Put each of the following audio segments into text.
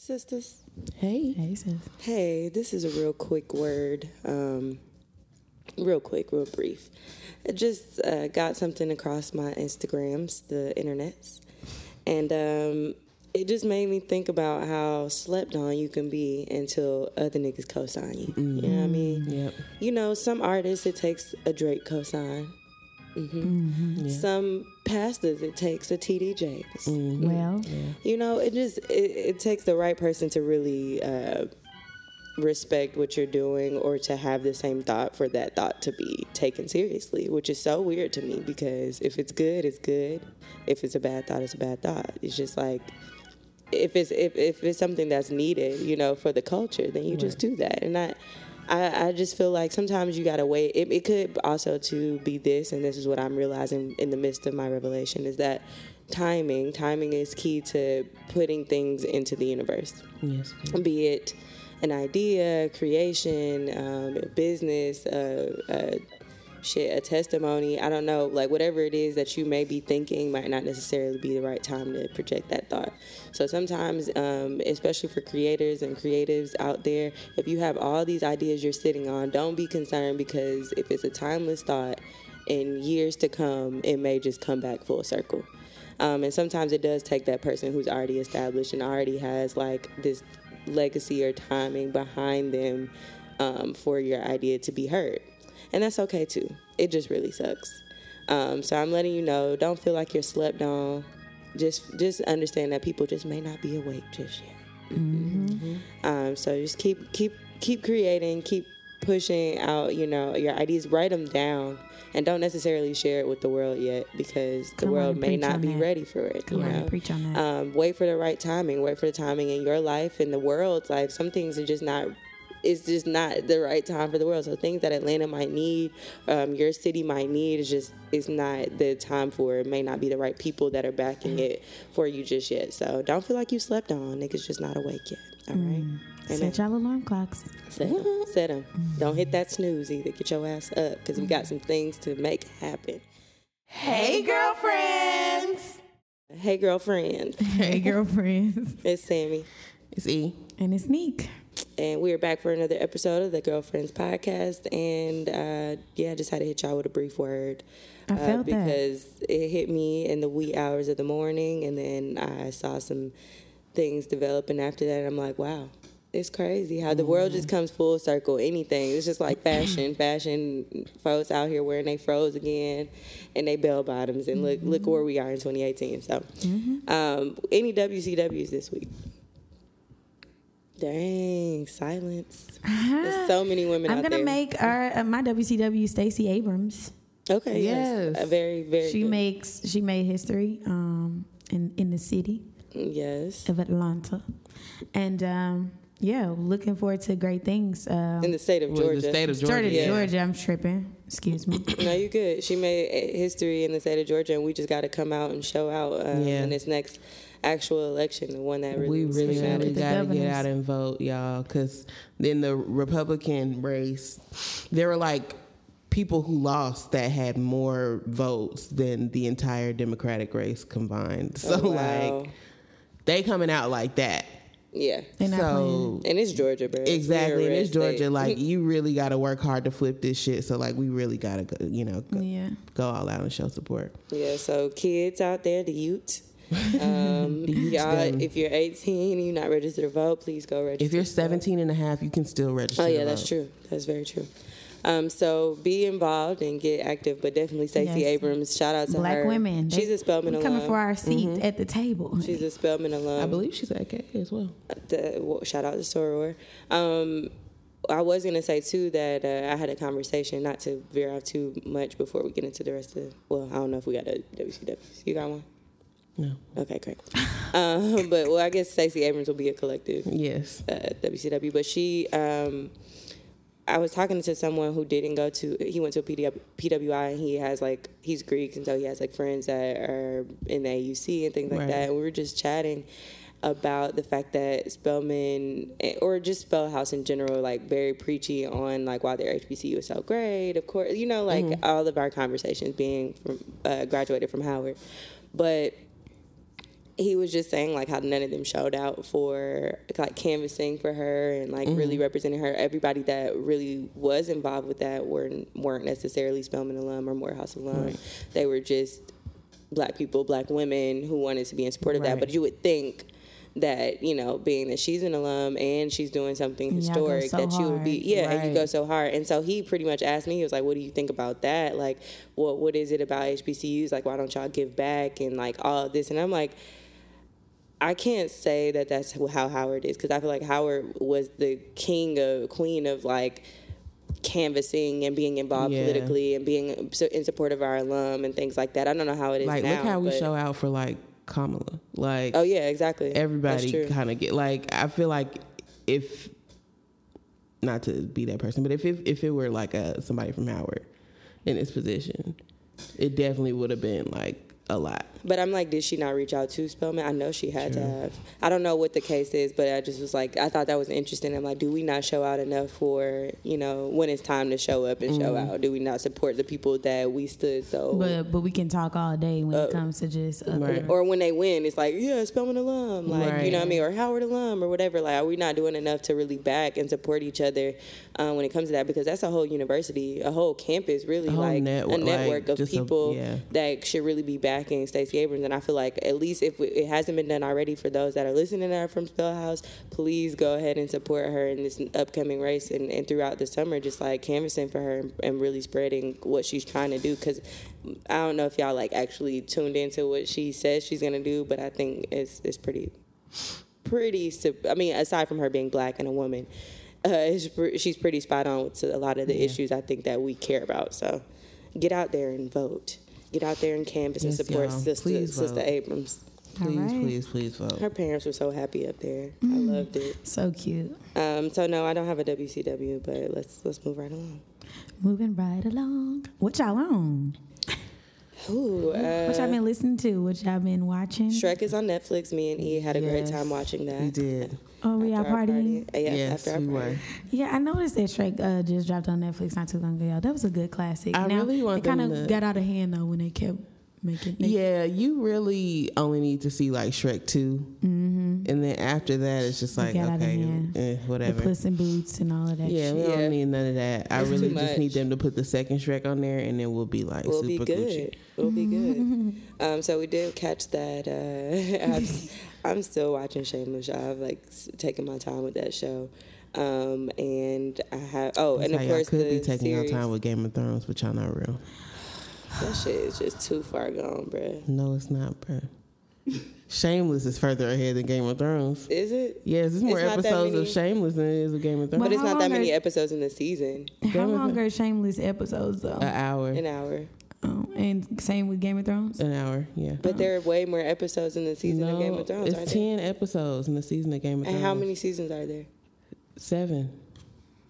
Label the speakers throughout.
Speaker 1: sisters.
Speaker 2: Hey.
Speaker 3: Hey, sis.
Speaker 1: Hey, this is a real quick word. Um, real quick, real brief. I just uh, got something across my Instagrams, the internets, and um, it just made me think about how slept on you can be until other niggas co-sign you. You know what I mean?
Speaker 3: Mm-hmm.
Speaker 2: Yep.
Speaker 1: You know, some artists it takes a Drake cosign.
Speaker 3: Mm-hmm.
Speaker 1: hmm Some pastors it takes a TD Jakes.
Speaker 3: Well,
Speaker 1: You know, it just it, it takes the right person to really uh, respect what you're doing or to have the same thought for that thought to be taken seriously, which is so weird to me because if it's good, it's good. If it's a bad thought, it's a bad thought. It's just like if it's if, if it's something that's needed, you know, for the culture, then you just do that. And I I, I just feel like sometimes you gotta wait. It, it could also to be this, and this is what I'm realizing in the midst of my revelation is that timing, timing is key to putting things into the universe
Speaker 2: Yes.
Speaker 1: be it an idea, creation, um, business, uh, uh, shit, a testimony. I don't know, like whatever it is that you may be thinking might not necessarily be the right time to project that thought. So sometimes, um, especially for creators and creatives out there, if you have all these ideas you're sitting on, don't be concerned because if it's a timeless thought, in years to come, it may just come back full circle. Um, and sometimes it does take that person who's already established and already has like this legacy or timing behind them um, for your idea to be heard. And that's okay too. It just really sucks. Um, so I'm letting you know, don't feel like you're slept on. Just just understand that people just may not be awake just yet.
Speaker 3: Mm-hmm.
Speaker 1: Um, so just keep keep keep creating, keep pushing out, you know, your ideas, write them down and don't necessarily share it with the world yet because the
Speaker 3: Come on
Speaker 1: world
Speaker 3: and
Speaker 1: may
Speaker 3: preach
Speaker 1: not
Speaker 3: on
Speaker 1: be
Speaker 3: that.
Speaker 1: ready for it.
Speaker 3: Come
Speaker 1: you
Speaker 3: on and
Speaker 1: know?
Speaker 3: preach on
Speaker 2: Mm.
Speaker 3: that.
Speaker 1: Um, wait for the right timing, wait for the timing in your life, in the world's life. Some things are just not it's just not the right time for the world. So things that Atlanta might need, um, your city might need, is just it's not the time for. It may not be the right people that are backing
Speaker 2: Mm.
Speaker 1: it for you just yet. So don't feel like you slept on. Niggas just not awake yet. All right.
Speaker 2: Mm.
Speaker 1: Amen.
Speaker 3: set y'all alarm clocks.
Speaker 1: Set 'em. Set 'em. Don't hit
Speaker 2: Mm.
Speaker 1: that snooze either. Get your ass up because we got some things to make happen.
Speaker 2: Hey, girlfriends.
Speaker 1: Hey, girlfriends.
Speaker 3: Hey, girlfriends.
Speaker 1: It's Sammy.
Speaker 2: It's E.
Speaker 3: and it's Neek.
Speaker 1: And we are back for another episode of the Girlfriends Podcast. And uh, yeah, I just had to hit y'all with a brief word.
Speaker 3: I
Speaker 1: uh,
Speaker 3: felt that.
Speaker 1: because it hit me in the wee hours of the morning, and then I saw some things developing after that. And I'm like, wow, it's crazy how the world just
Speaker 3: Mm-hmm.
Speaker 1: comes full circle. Anything, it's just like fashion. fashion folks out here wearing they froze again, and they bell bottoms, and look look
Speaker 3: Mm-hmm.
Speaker 1: where we are in 2018. So, um, any WCWs this week? Dang, silence. There's so many women
Speaker 3: I'm
Speaker 1: out
Speaker 3: gonna
Speaker 1: there.
Speaker 3: make our uh, my WCW Stacey Abrams.
Speaker 1: okay, yes,
Speaker 2: Yes.
Speaker 1: A very very
Speaker 3: She
Speaker 1: good-
Speaker 3: makes she made history um, in in the city
Speaker 1: yes
Speaker 3: of Atlanta, and um, yeah, looking forward to great things. Um,
Speaker 1: in the state of
Speaker 2: Well,
Speaker 1: Georgia.
Speaker 2: The state of Georgia.
Speaker 3: Georgia,
Speaker 1: yeah.
Speaker 3: Georgia, I'm tripping. Excuse me.
Speaker 1: No, you good. She made uh, history in the state of Georgia, and we just got to come out and show out um,
Speaker 2: Yeah.
Speaker 1: in this next actual election, the one that really
Speaker 2: We really,
Speaker 1: matters.
Speaker 2: really
Speaker 3: the
Speaker 2: got to get
Speaker 3: governors.
Speaker 2: out and vote, y'all, because then the Republican race, there were like people who lost that had more votes than the entire Democratic race combined. So
Speaker 1: Oh, wow.
Speaker 2: like they coming out like that.
Speaker 1: yeah,
Speaker 3: They're not
Speaker 2: so
Speaker 1: and it's Georgia, bro.
Speaker 2: exactly,
Speaker 1: We're
Speaker 2: and
Speaker 1: a
Speaker 2: it's
Speaker 1: red
Speaker 2: Georgia.
Speaker 1: state.
Speaker 2: Like you really got to work hard to flip this shit. So like we really got to go, you know go,
Speaker 3: Yeah.
Speaker 2: go all out and show support.
Speaker 1: Yeah, so kids out there, the youth. Um, y'all, if you're 18 and you're not registered to vote, please go register.
Speaker 2: If you're 17 and a half, you can still register.
Speaker 1: Oh
Speaker 2: to
Speaker 1: yeah, that's
Speaker 2: vote.
Speaker 1: true. That's very true. Um, so be involved and get active, but definitely Stacey
Speaker 3: Yes.
Speaker 1: Abrams. Shout out to
Speaker 3: Black
Speaker 1: her.
Speaker 3: women.
Speaker 1: She's
Speaker 3: They-
Speaker 1: a Spelman
Speaker 3: we
Speaker 1: alum. Mm-hmm.
Speaker 3: coming for our seat at the table.
Speaker 1: She's a Spelman alum.
Speaker 2: I believe she's at K as well.
Speaker 1: the well, shout out to Soror. Um, I was gonna say too that uh, I had a conversation, not to veer off too much before we get into the rest of. Well, I don't know if we got a WCW. You got one?
Speaker 2: No.
Speaker 1: Okay, great. um, but well, I guess Stacey Abrams will be a collective
Speaker 2: Yes.
Speaker 1: uh, WCW, but she. Um, I was talking to someone who didn't go to. He went to PW, PWI, and he has like he's Greek, and so he has like friends that are in the AUC and things like
Speaker 2: Right.
Speaker 1: that. And we were just chatting about the fact that Spellman or just Spell House in general, like very preachy on like why their HBCU is so great. Of course, you know, like all of our conversations being from, uh, graduated from Howard, but he was just saying like how none of them showed out for like canvassing for her and like
Speaker 3: Mm-hmm.
Speaker 1: really representing her. Everybody that really was involved with that weren't weren't necessarily Spelman alum or Morehouse alum. They were just black people, black women who wanted to be in support of that.
Speaker 2: Right.
Speaker 1: But you would think that you know, being that she's an alum and she's doing something
Speaker 3: Y'all go
Speaker 1: historic,
Speaker 3: so
Speaker 1: that you would be
Speaker 3: hard.
Speaker 1: yeah, and you go
Speaker 2: Right.
Speaker 1: so hard. And so he pretty much asked me, he was like, "What do you think about that? Like, what what is it about HBCUs? Like, why don't y'all give back and like all this?" And I'm like. I can't say that that's who- how Howard is because I feel like Howard was the king of queen of like canvassing and being involved
Speaker 2: Yeah.
Speaker 1: politically and being so in support of our alum and things like that. I don't know how it is
Speaker 2: Like
Speaker 1: now.
Speaker 2: look how we
Speaker 1: but-
Speaker 2: show out for like Kamala. Like
Speaker 1: Oh yeah, exactly. That's
Speaker 2: everybody
Speaker 1: true.
Speaker 2: kind of get like I feel like if not to be that person, but if if, if it were like a somebody from Howard in this position, it definitely would have been like a lot.
Speaker 1: But I'm like, did she not reach out to Spellman? I know she had to have. I don't know what the case is, but I just was like, I thought that was interesting. I'm like, do we not show out enough for, you know, when it's time to show up and show
Speaker 2: Mm.
Speaker 1: out? Do we not support the people that we stood so?
Speaker 3: But but we can talk all day when it comes to just other-
Speaker 2: Uh, Right.
Speaker 1: or when they win, it's like, yeah, Spelman alum, like you know what I mean, or Howard alum, or whatever. Like, are we not doing enough to really back and support each other um, when it comes to that? Because that's a whole university, a whole campus, really,
Speaker 2: whole
Speaker 1: like
Speaker 2: network,
Speaker 1: a
Speaker 2: like,
Speaker 1: network of
Speaker 2: just a-
Speaker 1: people
Speaker 2: yeah.
Speaker 1: that should really be backing Stacey Abrams. And I feel like at least if we, it hasn't been done already, for those that are listening that are from Spellhouse, please go ahead and support her in this upcoming race and, and throughout the summer, just like canvassing for her and, and really spreading what she's trying to do. Because I don't know if y'all like actually tuned into what she says she's gonna do, but I think it's it's pretty pretty. sup- I mean, aside from her being black and a woman. Uh, it's pre- she's pretty spot on to a lot of the issues I think that we care about. So, get out there and vote. Get out there and canvas
Speaker 2: Yes,
Speaker 1: and support
Speaker 2: y'all.
Speaker 1: Sister,
Speaker 2: Please
Speaker 1: Sister
Speaker 2: vote.
Speaker 1: Abrams.
Speaker 2: Please,
Speaker 3: right.
Speaker 2: please, please vote.
Speaker 1: Her parents were so happy up there. I
Speaker 2: Mm.
Speaker 1: loved it.
Speaker 3: so cute.
Speaker 1: Um, so no, I don't have a WCW, but let's let's move right along.
Speaker 3: Moving right along. What y'all on?
Speaker 1: Ooh, uh,
Speaker 3: What y'all been listening to? What y'all been watching?
Speaker 1: Shrek is on Netflix. Me and E had a great
Speaker 2: Yes,
Speaker 1: time watching that.
Speaker 2: We did.
Speaker 3: Oh, we all
Speaker 1: After our
Speaker 3: partying.
Speaker 1: party. Uh, yeah,
Speaker 2: yes,
Speaker 1: after our
Speaker 2: we
Speaker 1: party.
Speaker 2: were.
Speaker 3: Yeah, I noticed that Shrek uh, just dropped on Netflix not too long ago. That was a good classic.
Speaker 2: I
Speaker 3: now,
Speaker 2: really want
Speaker 3: it kind
Speaker 2: them
Speaker 3: of
Speaker 2: to-
Speaker 3: got out of hand though when they kept making. They,
Speaker 2: Yeah, you really only need to see like Shrek 2
Speaker 3: Mm-hmm.
Speaker 2: and then after that, it's just like
Speaker 3: got out of
Speaker 2: okay,
Speaker 3: hand.
Speaker 2: eh,
Speaker 3: the
Speaker 2: whatever.
Speaker 3: Puss in Boots and all of that.
Speaker 2: Yeah,
Speaker 3: shit.
Speaker 2: we
Speaker 1: Yeah.
Speaker 2: don't need none of that. I
Speaker 1: It's
Speaker 2: really
Speaker 1: too
Speaker 2: just
Speaker 1: much.
Speaker 2: need them to put the second Shrek on there, and then we'll be like
Speaker 1: We'll
Speaker 2: super
Speaker 1: be good.
Speaker 2: Gucci.
Speaker 1: We'll be good. Um, so we did catch that. Uh, I'm, I'm still watching Shameless. I've like s- taken my time with that show, um, and I have. Oh,
Speaker 2: That's
Speaker 1: and
Speaker 2: how
Speaker 1: of
Speaker 2: y'all
Speaker 1: course
Speaker 2: could
Speaker 1: the
Speaker 2: be taking
Speaker 1: series.
Speaker 2: your time with Game of Thrones, but y'all not real.
Speaker 1: That shit is just too far gone, bruh.
Speaker 2: No, it's not, bro. Shameless is further ahead than Game of Thrones.
Speaker 1: Is it?
Speaker 2: Yes, there's more
Speaker 1: It's not that
Speaker 2: episodes of
Speaker 1: many.
Speaker 2: Shameless than it is of Game of Thrones.
Speaker 1: But
Speaker 3: But
Speaker 1: it's
Speaker 3: how
Speaker 1: not that
Speaker 3: long
Speaker 1: many
Speaker 3: are-
Speaker 1: episodes in the season.
Speaker 3: How
Speaker 2: Game of
Speaker 3: long are Shameless episodes though?
Speaker 2: An hour,
Speaker 1: An hour.
Speaker 3: Oh, and same with Game of Thrones.
Speaker 2: an hour, yeah.
Speaker 1: But there are way more episodes in the season
Speaker 2: no,
Speaker 1: of Game of Thrones, aren't
Speaker 2: it's ten episodes in the season of Game of
Speaker 1: there?
Speaker 2: Thrones.
Speaker 1: And how many seasons are there?
Speaker 2: Seven.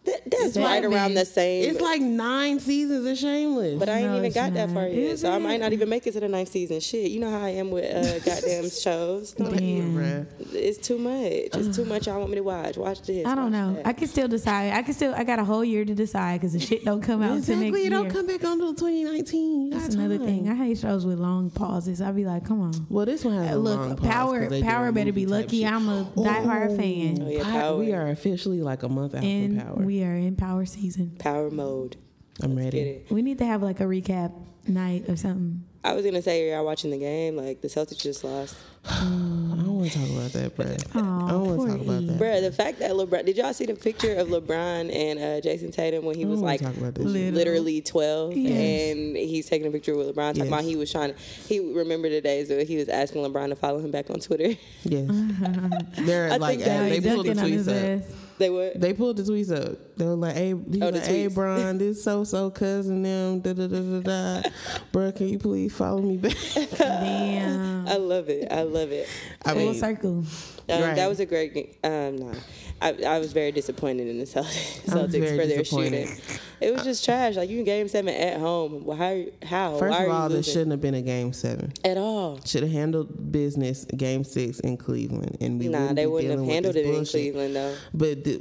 Speaker 1: That, that's
Speaker 3: Seven.
Speaker 1: right around the same.
Speaker 2: It's like nine seasons of Shameless.
Speaker 1: But I ain't
Speaker 3: No,
Speaker 1: even
Speaker 3: it's
Speaker 1: got that
Speaker 3: not.
Speaker 1: far yet,
Speaker 3: Is
Speaker 1: so I might
Speaker 3: it?
Speaker 1: not even make it to the ninth season. Shit, you know how I am with uh, goddamn shows.
Speaker 3: Damn.
Speaker 2: Bruh.
Speaker 1: It's too much. It's too much. Y'all want me to watch? Watch this.
Speaker 3: I don't
Speaker 1: watch
Speaker 3: know.
Speaker 1: that.
Speaker 3: I can still decide. I can still. I got a whole year to decide because the shit don't come out until
Speaker 2: Exactly,
Speaker 3: next
Speaker 2: it don't
Speaker 3: year.
Speaker 2: come back until 2019.
Speaker 3: That's another thing. I hate shows with long pauses. I'd be like, come on.
Speaker 2: Well, this one has a long
Speaker 3: Look,
Speaker 2: pause 'cause
Speaker 3: power,
Speaker 2: they
Speaker 3: power
Speaker 2: doing
Speaker 3: better be
Speaker 2: movie type
Speaker 3: lucky.
Speaker 2: shit.
Speaker 3: I'm a diehard
Speaker 1: Oh
Speaker 3: fan,
Speaker 1: yeah,
Speaker 2: I-
Speaker 1: power.
Speaker 2: we are officially like a month out
Speaker 3: and
Speaker 2: from power.
Speaker 3: we are in power season.
Speaker 1: power mode.
Speaker 2: I'm
Speaker 1: Get
Speaker 2: ready.
Speaker 1: it?
Speaker 3: We need to have like a recap night or something.
Speaker 1: I was gonna say, y'all watching the game? Like the Celtics just lost,
Speaker 2: I don't want to talk about that, bro. I don't
Speaker 3: poor
Speaker 2: want to talk
Speaker 3: E.
Speaker 2: about that.
Speaker 1: Bruh, The fact that LeBron. Did y'all see the picture of LeBron and uh, Jason Tatum when he
Speaker 2: I
Speaker 1: was
Speaker 2: don't
Speaker 1: like
Speaker 2: wanna talk about that.
Speaker 3: Little.
Speaker 1: literally 12
Speaker 3: Yes.
Speaker 1: and he's taking a picture with LeBron talking
Speaker 2: Yes.
Speaker 1: about he was trying to he remembered the days where he was asking LeBron to follow him back on Twitter
Speaker 2: Yes, they're
Speaker 1: I
Speaker 2: like
Speaker 1: think that
Speaker 2: uh, they
Speaker 1: was
Speaker 2: pulled the
Speaker 3: Dunking on his
Speaker 2: tweets up.
Speaker 3: ass.
Speaker 1: they would
Speaker 2: They pulled the tweets up. They were like, "Hey, he
Speaker 1: Oh,
Speaker 2: was
Speaker 1: the
Speaker 2: like, hey,
Speaker 1: tweets.
Speaker 2: Bron, this so so cousin them da da da da da. Bro, can you please follow me back?"
Speaker 3: Damn.
Speaker 1: I love it I love it
Speaker 2: I
Speaker 3: Full
Speaker 2: mean,
Speaker 3: circle.
Speaker 1: Um,
Speaker 2: Right.
Speaker 1: That was a great game. Um, no, I, I was very disappointed in the Celtics,
Speaker 2: I'm
Speaker 1: Celtics
Speaker 2: very
Speaker 1: for their
Speaker 2: disappointed.
Speaker 1: shooting. It was just trash. Like you in game seven at home. Well, how? How?
Speaker 2: First
Speaker 1: Why
Speaker 2: of
Speaker 1: are
Speaker 2: all,
Speaker 1: you
Speaker 2: this
Speaker 1: losing?
Speaker 2: shouldn't have been a game seven.
Speaker 1: at all.
Speaker 2: Should have handled business game six in Cleveland, and we
Speaker 1: Nah,
Speaker 2: wouldn't
Speaker 1: they
Speaker 2: be
Speaker 1: wouldn't have
Speaker 2: dealing with
Speaker 1: handled
Speaker 2: this
Speaker 1: it in
Speaker 2: bullshit.
Speaker 1: Cleveland though.
Speaker 2: But, the,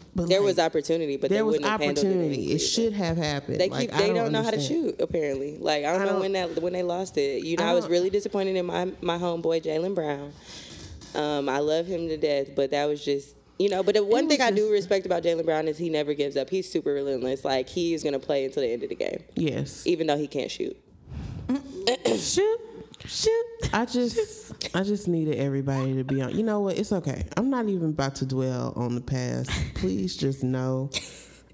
Speaker 2: but
Speaker 1: There
Speaker 2: like,
Speaker 1: was opportunity, but
Speaker 2: there
Speaker 1: they
Speaker 2: was
Speaker 1: wouldn't have handled it. in
Speaker 2: opportunity. It
Speaker 1: Cleveland.
Speaker 2: should have happened.
Speaker 1: They
Speaker 2: Like,
Speaker 1: keep.
Speaker 2: I
Speaker 1: They don't know how to
Speaker 2: understand.
Speaker 1: shoot. Apparently, like I don't, know
Speaker 2: don't-
Speaker 1: when that when they lost it. You know,
Speaker 2: I
Speaker 1: I, was
Speaker 2: don't-
Speaker 1: really disappointed in my my homeboy Jalen Brown. Um, I love him to death, but that was just you know. But the one
Speaker 2: was
Speaker 1: thing I do
Speaker 2: just-
Speaker 1: respect about Jalen Brown is he never gives up. He's super relentless. Like he is gonna play until the end of the game,
Speaker 2: Yes,
Speaker 1: even though he can't shoot.
Speaker 2: shoot, shoot. I just, I just needed everybody to be on. You know what? It's okay. I'm not even about to dwell on the past. Please just know.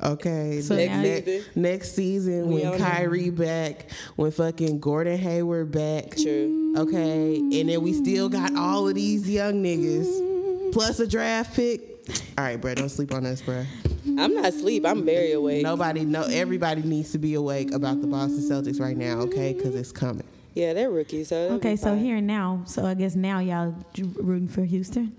Speaker 2: Okay,
Speaker 3: So
Speaker 2: that
Speaker 3: now-
Speaker 2: next, season. next season when
Speaker 1: on
Speaker 2: Kyrie back, when fucking Gordon Hayward back,
Speaker 1: True.
Speaker 2: Okay, and then we still got all of these young niggas plus a draft pick. All right, bro, don't sleep on us, bro.
Speaker 1: Mm-hmm. I'm not asleep. I'm very awake.
Speaker 2: Nobody, no, everybody needs to be awake about the Boston Celtics right now, okay? Because it's coming.
Speaker 1: Yeah, they're rookies. So they'll
Speaker 3: Okay,
Speaker 1: be
Speaker 3: so
Speaker 1: fine.
Speaker 3: here and now. So I guess now y'all j- rooting for Houston.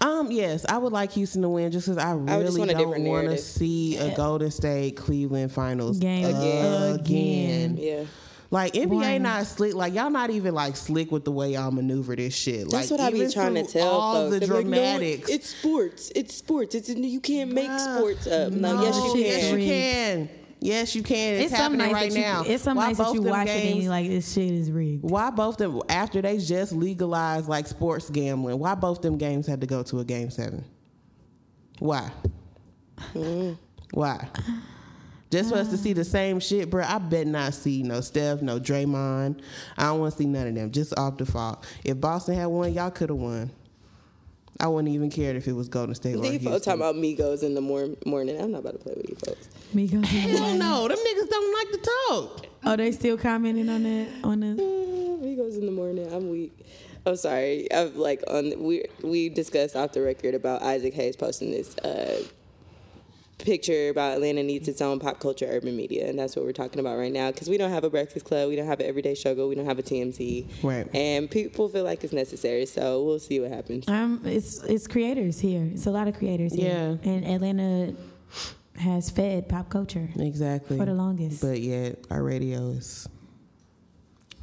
Speaker 2: Um, yes, I would like Houston to win just because I really
Speaker 1: just want a
Speaker 2: don't
Speaker 1: different
Speaker 2: want to
Speaker 1: narrative.
Speaker 2: see a Golden State Cleveland Finals
Speaker 3: Game
Speaker 2: again.
Speaker 3: again.
Speaker 1: Yeah.
Speaker 2: Like NBA
Speaker 3: Boring.
Speaker 2: not slick. Like y'all not even like slick with the way y'all maneuver this shit.
Speaker 1: That's
Speaker 2: like,
Speaker 1: what I be
Speaker 2: even
Speaker 1: trying to
Speaker 2: through
Speaker 1: tell
Speaker 2: all
Speaker 1: folks.
Speaker 2: the
Speaker 1: They be like, "No,
Speaker 2: dramatics.
Speaker 1: it's sports. It's sports. It's you can't make
Speaker 2: Bruh,
Speaker 1: sports up. No, yes you
Speaker 2: no,
Speaker 1: can.
Speaker 2: Yes, you
Speaker 3: Agreed.
Speaker 2: can. Yes, you can. It's,
Speaker 3: some
Speaker 2: happening
Speaker 3: nights
Speaker 2: right
Speaker 3: that you,
Speaker 2: now.
Speaker 3: It's some
Speaker 2: Why
Speaker 3: nights that
Speaker 2: both
Speaker 3: you
Speaker 2: them
Speaker 3: watch it and
Speaker 2: games-
Speaker 3: you like this shit is rigged.
Speaker 2: Why both them after they just legalized like sports gambling? Why both them games had to go to a game seven? Why? Why? Just for us to see the same shit, bro. I bet not see no Steph, no Draymond. I don't want to see none of them. Just off the fault. If Boston had won, y'all could have won. I wouldn't even cared if it was Golden State or
Speaker 1: These
Speaker 2: Houston.
Speaker 1: folks talking about Migos in the mor- morning. I'm not about to play with you folks.
Speaker 3: Migos.
Speaker 2: Hell no, them niggas don't like to talk.
Speaker 3: Oh, they still commenting on that on the
Speaker 1: Mm, Migos in the morning. I'm weak. I'm sorry. I'm like on. We we discussed off the record about Isaac Hayes posting this uh, picture about Atlanta needs its own pop culture urban media, and that's what we're talking about right now. Because we don't have a Breakfast Club, we don't have an Everyday Struggle, we don't have a TMZ,
Speaker 2: Right.
Speaker 1: And people feel like it's necessary, so we'll see what happens.
Speaker 3: um it's it's creators here. It's a lot of creators here.
Speaker 2: Yeah.
Speaker 3: And Atlanta has fed pop culture
Speaker 2: Exactly.
Speaker 3: for the longest.
Speaker 2: But yet our radio is.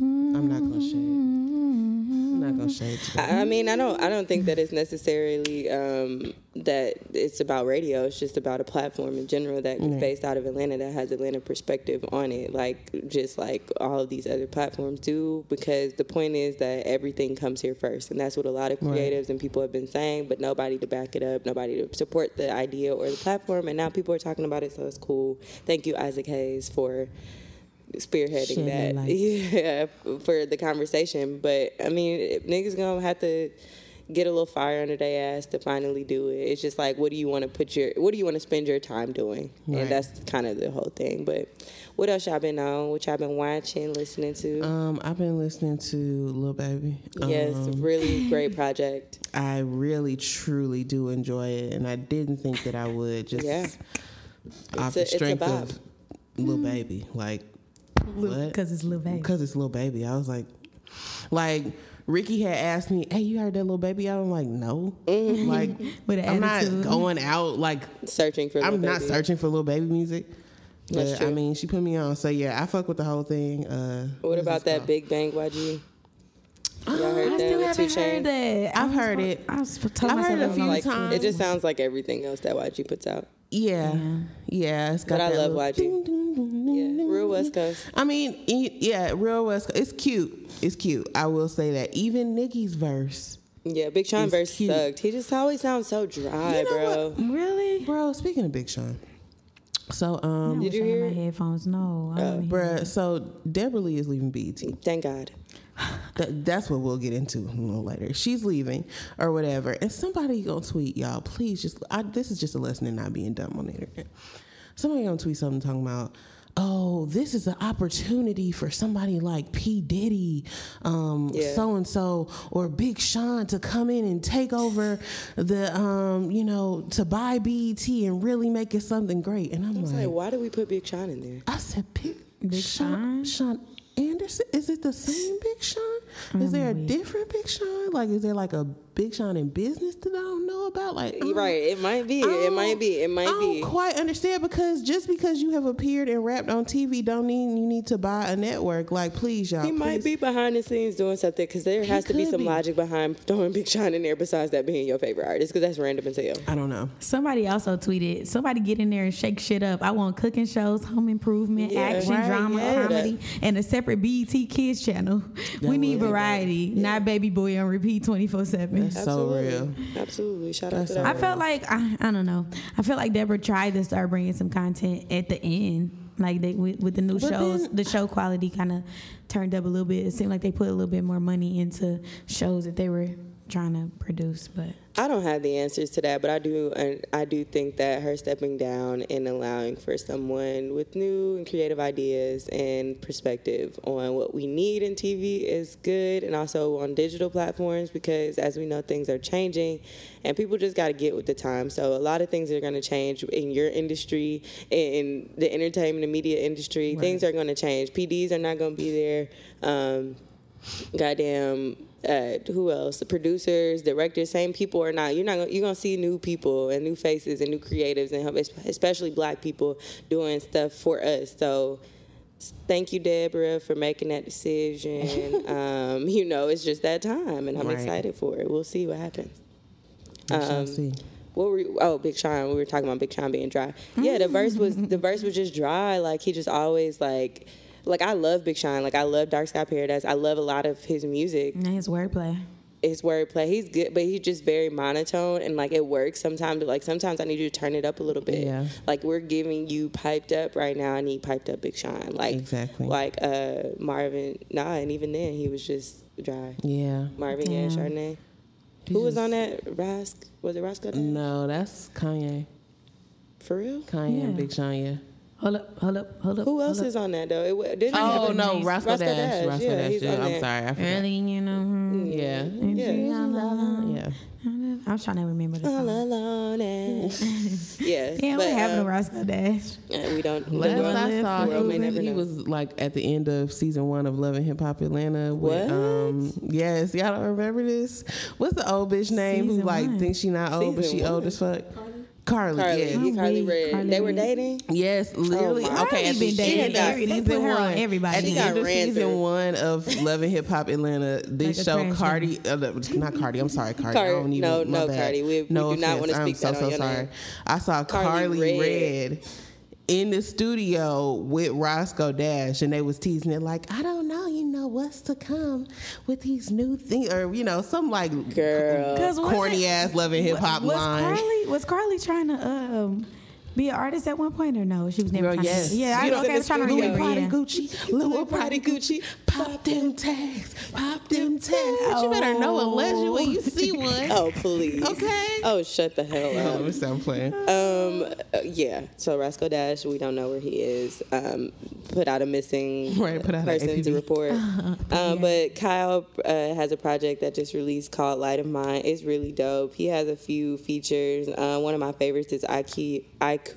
Speaker 2: I'm not gonna shade. I'm not gonna shade. Today.
Speaker 1: I I mean, I don't. I don't think that it's necessarily um, that it's about radio. It's just about a platform in general that is based out of Atlanta that has Atlanta perspective on it, like just like all of these other platforms do. Because the point is that everything comes here first, and that's what a lot of creatives and people have been saying, but nobody to back it up, nobody to support the idea or the platform, and now people are talking about it, so it's cool. Thank you, Isaac Hayes, for spearheading
Speaker 3: Shedding
Speaker 1: that.
Speaker 3: light.
Speaker 1: yeah, for the conversation. But I mean, if niggas gonna have to get a little fire under their ass to finally do it. It's just like, what do you want to put your, what do you want to spend your time doing?
Speaker 2: Right.
Speaker 1: And that's kind of the whole thing. But what else y'all been on? What y'all been watching, listening to?
Speaker 2: Um, I've been listening to Lil Baby. Um,
Speaker 1: yes, really great project.
Speaker 2: I really truly do enjoy it, and I didn't think that I would just
Speaker 1: Yeah.
Speaker 2: off
Speaker 1: a-
Speaker 2: the
Speaker 1: it's a Mm-hmm.
Speaker 2: strength of
Speaker 1: bop.
Speaker 2: Lil Baby, like what?
Speaker 3: because it's Lil Baby.
Speaker 2: because it's little baby. I was like, like Ricky had asked me, "Hey, you heard that little baby?" I'm like, "No." Like,
Speaker 3: Mm-hmm. With an
Speaker 2: I'm
Speaker 3: attitude.
Speaker 2: not going out. Like,
Speaker 1: Searching for.
Speaker 2: I'm
Speaker 1: Lil
Speaker 2: not
Speaker 1: Baby.
Speaker 2: searching for little baby music.
Speaker 1: That's
Speaker 2: But, I
Speaker 1: true.
Speaker 2: mean, she put me on. So yeah, I fuck with the whole thing. Uh,
Speaker 1: What
Speaker 2: is
Speaker 1: about
Speaker 2: this
Speaker 1: that
Speaker 2: called? Oh,
Speaker 1: Big Bang YG? Y'all heard
Speaker 3: I
Speaker 1: that
Speaker 3: still
Speaker 1: with
Speaker 3: haven't
Speaker 1: Two Chainz?
Speaker 3: heard that.
Speaker 2: I've
Speaker 3: I was
Speaker 2: heard
Speaker 3: supposed-
Speaker 2: it.
Speaker 3: I was supposed to tell
Speaker 2: I've
Speaker 3: myself
Speaker 2: heard a
Speaker 3: I was
Speaker 2: few
Speaker 3: on like-
Speaker 2: times.
Speaker 1: It just sounds like everything else that YG puts out.
Speaker 2: Yeah,
Speaker 3: Yeah.
Speaker 2: yeah, it's got
Speaker 1: But I
Speaker 2: that
Speaker 1: love
Speaker 2: little
Speaker 1: YG.
Speaker 2: ding, ding, ding,
Speaker 1: Yeah,
Speaker 2: ding, ding,
Speaker 1: real
Speaker 2: ding.
Speaker 1: West Coast.
Speaker 2: I mean, e- yeah, real West. Coast. It's cute. It's cute. I will say that. Even Nicki's verse,
Speaker 1: Yeah, Big Sean
Speaker 2: It's
Speaker 1: verse
Speaker 2: cute.
Speaker 1: sucked. He just always sounds so dry,
Speaker 2: You know
Speaker 1: bro.
Speaker 3: Really?
Speaker 2: bro. Speaking of Big Sean, so um,
Speaker 3: Did
Speaker 1: you
Speaker 3: you
Speaker 1: hear
Speaker 3: hear my
Speaker 1: it?
Speaker 3: headphones? No. I don't hear
Speaker 2: Uh, Bruh, so Deborah Lee is leaving BET.
Speaker 1: Thank God.
Speaker 2: Th- that's what we'll get into a little later. She's leaving or whatever. And somebody gonna tweet, y'all, please just, I, this is just a lesson in not being dumb on the internet. Somebody gonna tweet something talking about, oh, this is an opportunity for somebody like P. Diddy, um,
Speaker 1: Yeah.
Speaker 2: so and so, or Big Sean to come in and take over the, um, you know, to buy BET and really make it something great. And I'm
Speaker 1: I was
Speaker 2: like
Speaker 1: like, why did we put Big Sean in there?
Speaker 2: I said, Big,
Speaker 3: Big Sean?
Speaker 2: Sean, Sean Anderson. Is it the same Big Sean? Is there a different Big Sean? Like, is there like a Big Sean in business that I don't know about? Like, I
Speaker 1: You're Right. It might be.
Speaker 2: I
Speaker 1: It might
Speaker 2: don't-
Speaker 1: be. It
Speaker 2: I
Speaker 1: might
Speaker 2: don't
Speaker 1: be.
Speaker 2: quite understand because just because you have appeared and rapped on TV, don't mean you need to buy a network. Like, please, y'all.
Speaker 1: He might
Speaker 2: please.
Speaker 1: be behind the scenes doing something because there has to be
Speaker 2: could
Speaker 1: some
Speaker 2: be.
Speaker 1: logic behind throwing Big Sean in there besides that being your favorite artist because that's random as hell.
Speaker 2: I don't know.
Speaker 3: Somebody also tweeted, somebody get in there and shake shit up. I want cooking shows, home improvement,
Speaker 1: Yeah,
Speaker 3: action,
Speaker 2: right,
Speaker 3: drama,
Speaker 2: yeah.
Speaker 3: comedy, and a separate BET Kids channel. we need
Speaker 2: would be
Speaker 3: variety, not baby boy on repeat 24 7.
Speaker 2: That's
Speaker 1: Absolutely.
Speaker 2: so real.
Speaker 1: Absolutely. Shout
Speaker 2: That's
Speaker 1: out to
Speaker 2: so
Speaker 1: that.
Speaker 3: I felt like, I, I don't know, I felt like Deborah tried to start bringing some content at the end. Like they with, with the new
Speaker 2: But
Speaker 3: shows,
Speaker 2: then-
Speaker 3: the show quality kind of turned up a little bit. It seemed like they put a little bit more money into shows that they were trying to produce, but.
Speaker 1: I don't have the answers to that, but I do. And I do think that her stepping down and allowing for someone with new and creative ideas and perspective on what we need in TV is good, and also on digital platforms because, as we know, things are changing, and people just got to get with the time. So a lot of things are going to change in your industry, in the entertainment and media industry. Things are going to change. PDs are not going to be there. Um, goddamn uh, who else the producers directors same people or not you're not gonna, you're gonna see new people and new faces and new creatives and help- especially black people doing stuff for us so s- thank you deborah for making that decision um, you know it's just that time and i'm
Speaker 2: Right.
Speaker 1: excited for it we'll see what happens
Speaker 2: We shall
Speaker 1: Um,
Speaker 2: see.
Speaker 1: what were you, oh Big Sean? We were talking about Big Sean being dry. Yeah, the verse was the verse was just dry. Like he just always like like I love Big Sean. Like I love Dark Sky Paradise. I love a lot of his music,
Speaker 3: And his wordplay.
Speaker 1: his wordplay. He's good, but he's just very monotone and like it works sometimes. Like sometimes I need you to turn it up a little bit.
Speaker 2: Yeah.
Speaker 1: Like we're giving you piped up right now. I need piped up Big Sean. Like
Speaker 2: Exactly.
Speaker 1: Like uh Marvin. Nah, and even then he was just dry.
Speaker 2: Yeah.
Speaker 1: Marvin Gaye and
Speaker 3: Damn.
Speaker 1: Chardonnay.
Speaker 2: He
Speaker 1: Who was
Speaker 2: just-
Speaker 1: on that? Rask was it Rascal?
Speaker 2: No, that's Kanye.
Speaker 1: For real?
Speaker 2: Kanye and
Speaker 3: Yeah.
Speaker 2: Big Sean, yeah.
Speaker 3: Hold up, hold up, hold up.
Speaker 1: Who
Speaker 3: hold
Speaker 1: else
Speaker 3: up.
Speaker 1: is on that though? It wa- didn't
Speaker 2: Oh
Speaker 1: have-
Speaker 2: no,
Speaker 3: Dash.
Speaker 2: Rasta,
Speaker 1: Rasta
Speaker 2: Dash.
Speaker 1: Dash,
Speaker 2: Rasta
Speaker 1: yeah,
Speaker 2: Dash.
Speaker 1: he's
Speaker 2: yeah.
Speaker 1: on
Speaker 2: I'm
Speaker 1: there.
Speaker 2: sorry, I forgot.
Speaker 3: Early, you know. hmm.
Speaker 2: Yeah.
Speaker 1: Yeah.
Speaker 2: Yeah.
Speaker 3: I was trying to remember the
Speaker 1: All
Speaker 3: song.
Speaker 1: alone and yes,
Speaker 3: Yeah,
Speaker 1: but,
Speaker 3: what happened
Speaker 1: um,
Speaker 3: to Roscoe Dash?
Speaker 1: uh, We don't. we
Speaker 2: Last
Speaker 1: don't-
Speaker 2: I
Speaker 3: live
Speaker 2: saw,
Speaker 1: forever.
Speaker 2: he,
Speaker 1: May
Speaker 2: was,
Speaker 1: never
Speaker 2: he
Speaker 1: know.
Speaker 2: was like at the end of season one of Love and Hip Hop Atlanta. With,
Speaker 1: What?
Speaker 2: Um, yes, y'all don't remember this? What's the old bitch name who
Speaker 3: Season
Speaker 2: like
Speaker 3: one.
Speaker 2: thinks she not old but
Speaker 1: Season
Speaker 2: she old
Speaker 1: one.
Speaker 2: as fuck? Carly.
Speaker 1: Carly,
Speaker 2: yes.
Speaker 1: he
Speaker 3: Oh,
Speaker 1: Carly
Speaker 3: wait,
Speaker 1: Red.
Speaker 3: Carly
Speaker 1: they were
Speaker 3: Red.
Speaker 1: dating.
Speaker 3: Oh,
Speaker 2: Yes, literally.
Speaker 1: my
Speaker 2: okay, at
Speaker 3: Carly
Speaker 2: the
Speaker 3: been dating
Speaker 2: end of
Speaker 1: every-
Speaker 3: they put
Speaker 2: season
Speaker 3: her on
Speaker 2: one,
Speaker 3: everybody.
Speaker 2: At
Speaker 1: She
Speaker 2: the
Speaker 1: got
Speaker 2: end of
Speaker 1: ran
Speaker 2: season
Speaker 1: through.
Speaker 2: one of Love and Hip Hop Atlanta, this
Speaker 3: Like a
Speaker 2: show
Speaker 3: trash
Speaker 2: Cardi, uh, the- not Cardi. I'm sorry, Cardi. I
Speaker 1: Cardi-
Speaker 2: don't even,
Speaker 1: no,
Speaker 2: my
Speaker 1: no,
Speaker 2: bad.
Speaker 1: Cardi, we- we do not wanna
Speaker 2: I'm
Speaker 1: speak
Speaker 2: so
Speaker 1: that
Speaker 2: so
Speaker 1: on your
Speaker 2: sorry.
Speaker 1: name.
Speaker 2: I saw Carly,
Speaker 1: Carly
Speaker 2: Red.
Speaker 1: Red.
Speaker 2: in the studio with Roscoe Dash, and they was teasing it like, I don't know, you know what's to come with these new things, or you know, some like
Speaker 1: Girl.
Speaker 3: Because
Speaker 2: corny ass Love and Hip Hop
Speaker 3: was
Speaker 2: line.
Speaker 3: Carly, was Carly trying to um, be an artist at one point or no? She was never
Speaker 2: Girl,
Speaker 3: trying
Speaker 2: yes.
Speaker 3: to. Yeah,
Speaker 1: She
Speaker 3: I,
Speaker 1: was
Speaker 3: okay,
Speaker 1: in
Speaker 3: I was
Speaker 1: the
Speaker 3: trying to
Speaker 1: studio.
Speaker 2: Louis
Speaker 3: remember.
Speaker 2: Prada
Speaker 3: yeah.
Speaker 2: Gucci, Louis Prada Gucci, pop them tags, pop them tags. But you better know a legend when you see one.
Speaker 1: Oh please.
Speaker 2: Okay.
Speaker 1: Oh shut the hell up.
Speaker 2: Oh, I'm playing.
Speaker 1: Um, uh, yeah. So Rascal Dash, we don't know where he is. Um, put out a missing
Speaker 2: Right, put out a
Speaker 1: persons
Speaker 2: APB.
Speaker 1: report. Um, but Kyle uh, has a project that just released called Light of Mine. It's really dope. He has a few features. Uh, one of my favorites is Aiki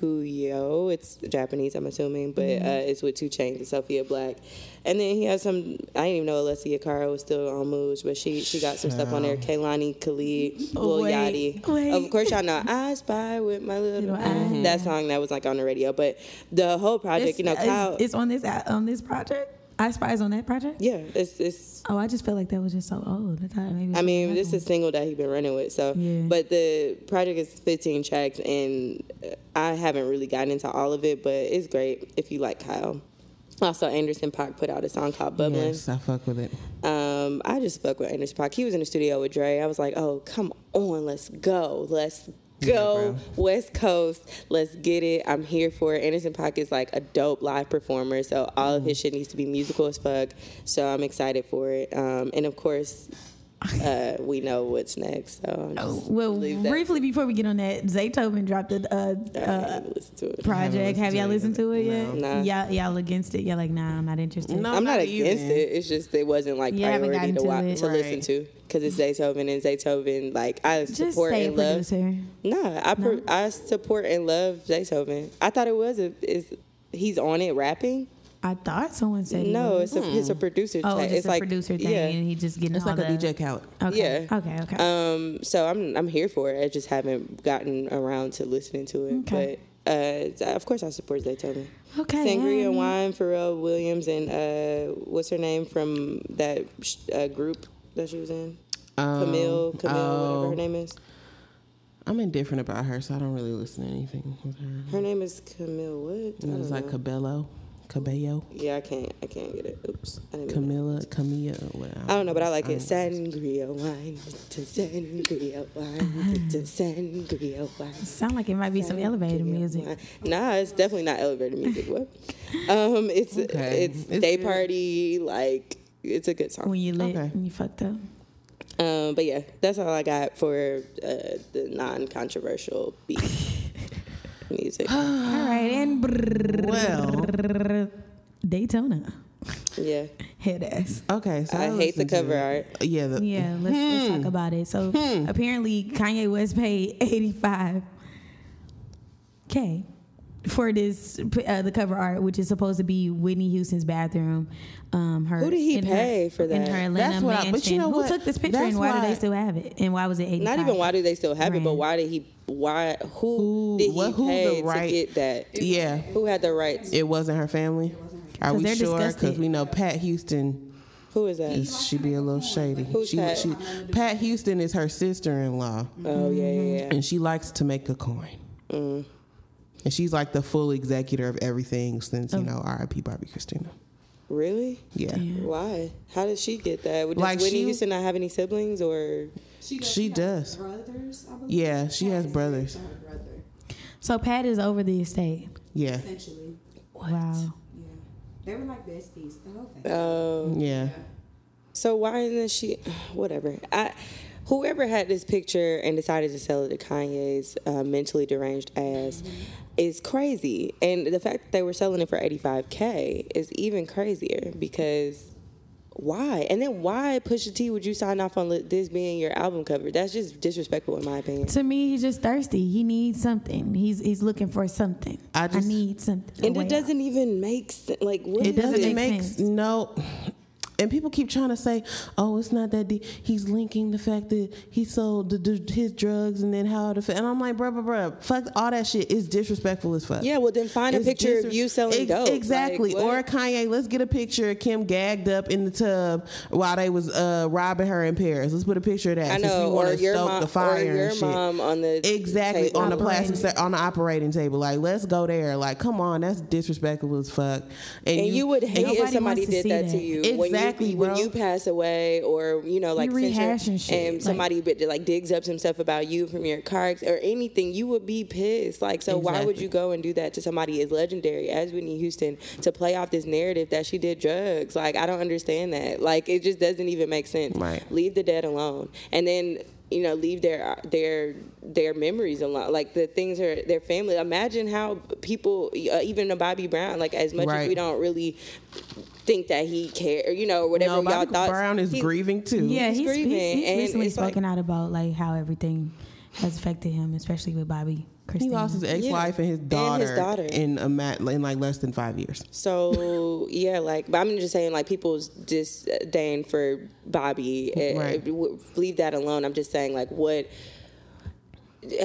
Speaker 1: Aikuyo. It's Japanese, I'm assuming, but
Speaker 2: Mm-hmm.
Speaker 1: uh, it's with Two Chainz and Sophia Black. And then he has some. I didn't even know Alessia Cara was still on moves, but she she got some stuff on there. Kaylani Khalid, Lil
Speaker 3: Wait,
Speaker 1: Yachty. Of
Speaker 3: wait.
Speaker 1: course course y'all know I spy with my little
Speaker 3: Little
Speaker 1: eye.
Speaker 3: eye.
Speaker 1: that song that was like on the radio, but the whole project,
Speaker 3: It's,
Speaker 1: you know, Kyle,
Speaker 3: it's, it's on this on this project. I spies on that project.
Speaker 1: yeah, it's it's.
Speaker 3: Oh, I just felt like that was just so old. I, thought maybe
Speaker 1: I mean,
Speaker 3: another
Speaker 1: this is single that he's been running with. So,
Speaker 3: Yeah.
Speaker 1: but the project is 15 tracks, and uh, I haven't really gotten into all of it, but it's great if you like Kyle. Also, Anderson Park put out a song called Bubbling.
Speaker 2: Yes, I fuck with it.
Speaker 1: Um, I just fuck with Anderson Paak. He was in the studio with Dre. I was like, oh, come on, let's go. Let's go. West Coast. Let's get it. I'm here for it. Anderson Paak is like a dope live performer. So all of
Speaker 3: Mm.
Speaker 1: his shit needs to be musical as fuck. So I'm excited for it. Um, and of course, uh, we know what's next. So I'm
Speaker 3: one.
Speaker 1: just
Speaker 3: Well,
Speaker 1: leave that.
Speaker 3: briefly before we get on that, Zaytoven dropped a, a,
Speaker 1: I haven't
Speaker 3: a
Speaker 1: even listened to it.
Speaker 3: project.
Speaker 2: listened
Speaker 3: Have
Speaker 2: to
Speaker 3: y'all
Speaker 2: it
Speaker 3: listened to it yet?
Speaker 1: No.
Speaker 3: Y'all, y'all against it. Y'all like, nah, I'm not interested.
Speaker 2: No.
Speaker 1: I'm not
Speaker 2: not
Speaker 1: against
Speaker 2: even.
Speaker 1: it. It's just it wasn't like
Speaker 3: You haven't
Speaker 1: priority
Speaker 3: gotten
Speaker 1: to,
Speaker 3: to
Speaker 1: wa-
Speaker 3: it.
Speaker 1: to listen
Speaker 2: Right.
Speaker 1: to because it's Zaytoven and Zaytoven. Like I
Speaker 3: Just
Speaker 1: support
Speaker 3: say
Speaker 1: and love.
Speaker 3: producer.
Speaker 1: Nah, I pr I support and love Beethoven. I thought it was a, is he's on it rapping.
Speaker 3: I thought someone said he
Speaker 1: No,
Speaker 3: was.
Speaker 1: it's a it's a producer.
Speaker 3: Oh,
Speaker 1: tag.
Speaker 3: just
Speaker 1: it's
Speaker 3: a
Speaker 1: like
Speaker 3: producer thing,
Speaker 1: Yeah.
Speaker 3: and he just getting
Speaker 2: It's
Speaker 3: all
Speaker 2: like a
Speaker 3: the,
Speaker 2: DJ Khaled.
Speaker 3: Okay.
Speaker 1: Yeah.
Speaker 3: Okay. Okay.
Speaker 1: Um, so I'm I'm here for it. I just haven't gotten around to listening to it.
Speaker 3: Okay.
Speaker 1: But uh, of course, I support Daytona.
Speaker 3: okay. um,
Speaker 1: Sangria
Speaker 3: and-
Speaker 1: Wine, Pharrell Williams, and uh, what's her name from that sh- uh, group that she was in?
Speaker 2: Um,
Speaker 1: Camille, Camille, whatever
Speaker 2: oh,
Speaker 1: her name is.
Speaker 2: I'm indifferent about her, so I don't really listen to anything with her.
Speaker 1: Her name is Camille. What? I
Speaker 2: It
Speaker 1: don't
Speaker 2: was like
Speaker 1: know.
Speaker 2: Cabello, Cabello,
Speaker 1: yeah, I can't. I can't get it. Oops. I didn't mean that.
Speaker 2: Camilla, Camilla. Well,
Speaker 1: I don't know, but I like it.
Speaker 2: don't-
Speaker 1: Sangria wine, to sangria wine, to sangria wine.
Speaker 3: Sound like it might be some elevator music.
Speaker 1: Nah, it's definitely not elevator music. What? Um, it's
Speaker 2: Okay.
Speaker 1: it's
Speaker 2: It's
Speaker 1: day
Speaker 2: good.
Speaker 1: party. Like it's a good song.
Speaker 3: When you lit
Speaker 2: Okay.
Speaker 3: and you fucked up.
Speaker 1: Um, but yeah, that's all I got for uh, the non-controversial beat music.
Speaker 3: All right, and brrr,
Speaker 2: Well,
Speaker 3: Daytona.
Speaker 1: Yeah,
Speaker 3: Head ass.
Speaker 2: okay. So
Speaker 1: I hate the
Speaker 2: listened to
Speaker 1: cover
Speaker 2: it.
Speaker 1: art.
Speaker 2: Yeah, the,
Speaker 3: Yeah, let's, let's talk about it. So apparently, Kanye West paid eighty five k for this uh, the cover art, which is supposed to be Whitney Houston's bathroom. Um, her
Speaker 1: Who did he
Speaker 3: in her-
Speaker 1: pay for
Speaker 3: In
Speaker 1: that?
Speaker 3: her Atlanta
Speaker 2: That's what I- but you
Speaker 3: mansion.
Speaker 2: know
Speaker 3: Who
Speaker 2: what?
Speaker 3: took this picture
Speaker 2: That's
Speaker 3: and why, do
Speaker 2: why-
Speaker 3: they still have it? And why was it eighty?
Speaker 1: Not even why do they still have it, but
Speaker 3: Right.
Speaker 1: why did he? Why who
Speaker 2: Who-
Speaker 1: did he
Speaker 2: what- who the
Speaker 1: pay
Speaker 2: right-
Speaker 1: to get that?
Speaker 2: yeah.
Speaker 1: Who had the rights?
Speaker 2: It wasn't her family. Are
Speaker 3: 'Cause
Speaker 2: we
Speaker 3: they're
Speaker 2: sure? Because
Speaker 3: disgusted.
Speaker 2: we know Pat Houston.
Speaker 1: Who is that?
Speaker 2: Is, she be a little shady.
Speaker 1: Who's
Speaker 2: she,
Speaker 1: Pat?
Speaker 2: she Pat Houston is her sister-in-law,
Speaker 1: Oh yeah, yeah, yeah.
Speaker 2: and she likes to make a coin. And she's like the full executor of everything since you know R.I.P. Bobby Christina.
Speaker 1: Really?
Speaker 2: Yeah.
Speaker 1: Why? How did she get that? Does
Speaker 2: Like,
Speaker 1: Whitney
Speaker 2: she-
Speaker 1: Houston not have any siblings or?
Speaker 4: She does.
Speaker 2: She
Speaker 4: she has
Speaker 2: does.
Speaker 4: Brothers, I believe.
Speaker 2: Yeah, she has
Speaker 4: is married
Speaker 2: brothers.
Speaker 4: to her brother,
Speaker 3: So Pat is over the estate.
Speaker 2: Yeah.
Speaker 4: essentially.
Speaker 3: Wow.
Speaker 4: Yeah. They were like besties the whole thing.
Speaker 1: Oh,
Speaker 2: Yeah.
Speaker 1: so why isn't she? Whatever. I, whoever had this picture and decided to sell it to Kanye's uh, mentally deranged ass
Speaker 2: Mm-hmm.
Speaker 1: is crazy, and the fact that they were selling it for eighty five k is even crazier because. Why? And then why, Pusha T, would you sign off on li- this being your album cover? That's just disrespectful, in my opinion.
Speaker 3: To me, he's just thirsty. He needs something. He's he's looking for something.
Speaker 2: I
Speaker 3: I,
Speaker 2: just-
Speaker 3: need something.
Speaker 1: And
Speaker 3: A way
Speaker 1: it
Speaker 3: out.
Speaker 1: doesn't even make sense. Like, what
Speaker 2: It
Speaker 1: is
Speaker 2: doesn't
Speaker 3: make
Speaker 2: make,
Speaker 3: sense.
Speaker 2: no. And people keep trying to say, "Oh, it's not that deep." He's linking the fact that he sold the, the, his drugs and then how the. fa- And I'm like, bruh, bruh, bruh, fuck all that shit. It's disrespectful as fuck.
Speaker 1: Yeah, well, then find a
Speaker 2: It's
Speaker 1: picture of
Speaker 2: disres-
Speaker 1: you selling
Speaker 2: Ex-
Speaker 1: dope.
Speaker 2: Exactly.
Speaker 1: Like,
Speaker 2: or
Speaker 1: what?
Speaker 2: Kanye, let's get a picture of Kim gagged up in the tub while they was uh, robbing her in Paris. Let's put a picture of that.
Speaker 1: I
Speaker 2: since
Speaker 1: know,
Speaker 2: we wanna
Speaker 1: or your
Speaker 2: stoke
Speaker 1: mom,
Speaker 2: the fire
Speaker 1: or your
Speaker 2: and shit.
Speaker 1: mom on the
Speaker 2: Exactly
Speaker 1: table.
Speaker 2: on the
Speaker 3: Operating.
Speaker 2: plastic sta- on the operating table. Like, let's go there. Like, come on, that's disrespectful as fuck.
Speaker 1: And you would hate
Speaker 3: Nobody
Speaker 1: if somebody
Speaker 3: wants
Speaker 1: did
Speaker 3: to see
Speaker 1: that, to
Speaker 3: that.
Speaker 1: you when
Speaker 2: Exactly,
Speaker 1: you when
Speaker 2: bro.
Speaker 1: you pass away, or you know, like
Speaker 3: You
Speaker 1: sent your-
Speaker 3: rehashing shit,
Speaker 1: and
Speaker 3: like-
Speaker 1: somebody bit- like digs up some stuff about you from your car ex- or anything. You would be pissed. Like, so why would
Speaker 2: Exactly.
Speaker 1: you go and do that to somebody as legendary as Whitney Houston to play off this narrative that she did drugs? Like, I don't understand that. Like, it just doesn't even make sense.
Speaker 2: Right.
Speaker 1: Leave the dead alone, and then. You know, leave their their their memories alone, like the things are their family. Imagine how people, uh, even a Bobby Brown, like as much as
Speaker 2: Right.
Speaker 1: we don't really think that he care, you know, or whatever
Speaker 2: no,
Speaker 1: y'all
Speaker 2: Bobby
Speaker 1: thoughts.
Speaker 2: Brown is
Speaker 1: he-
Speaker 2: grieving too.
Speaker 3: Yeah,
Speaker 1: He's
Speaker 3: he's, he's,
Speaker 1: grieving,
Speaker 3: he's
Speaker 1: and
Speaker 3: recently
Speaker 1: it's like-
Speaker 3: spoken out about like how everything has affected him, especially with Bobby.
Speaker 2: he
Speaker 3: Christina.
Speaker 2: lost his ex-wife and his daughter,
Speaker 1: daughter.
Speaker 2: in a mat in like less than five years.
Speaker 1: So yeah, like, but I'm just saying, like, people's disdain for Bobby, eh,
Speaker 2: Right.
Speaker 1: w- leave that alone. I'm just saying, like, what.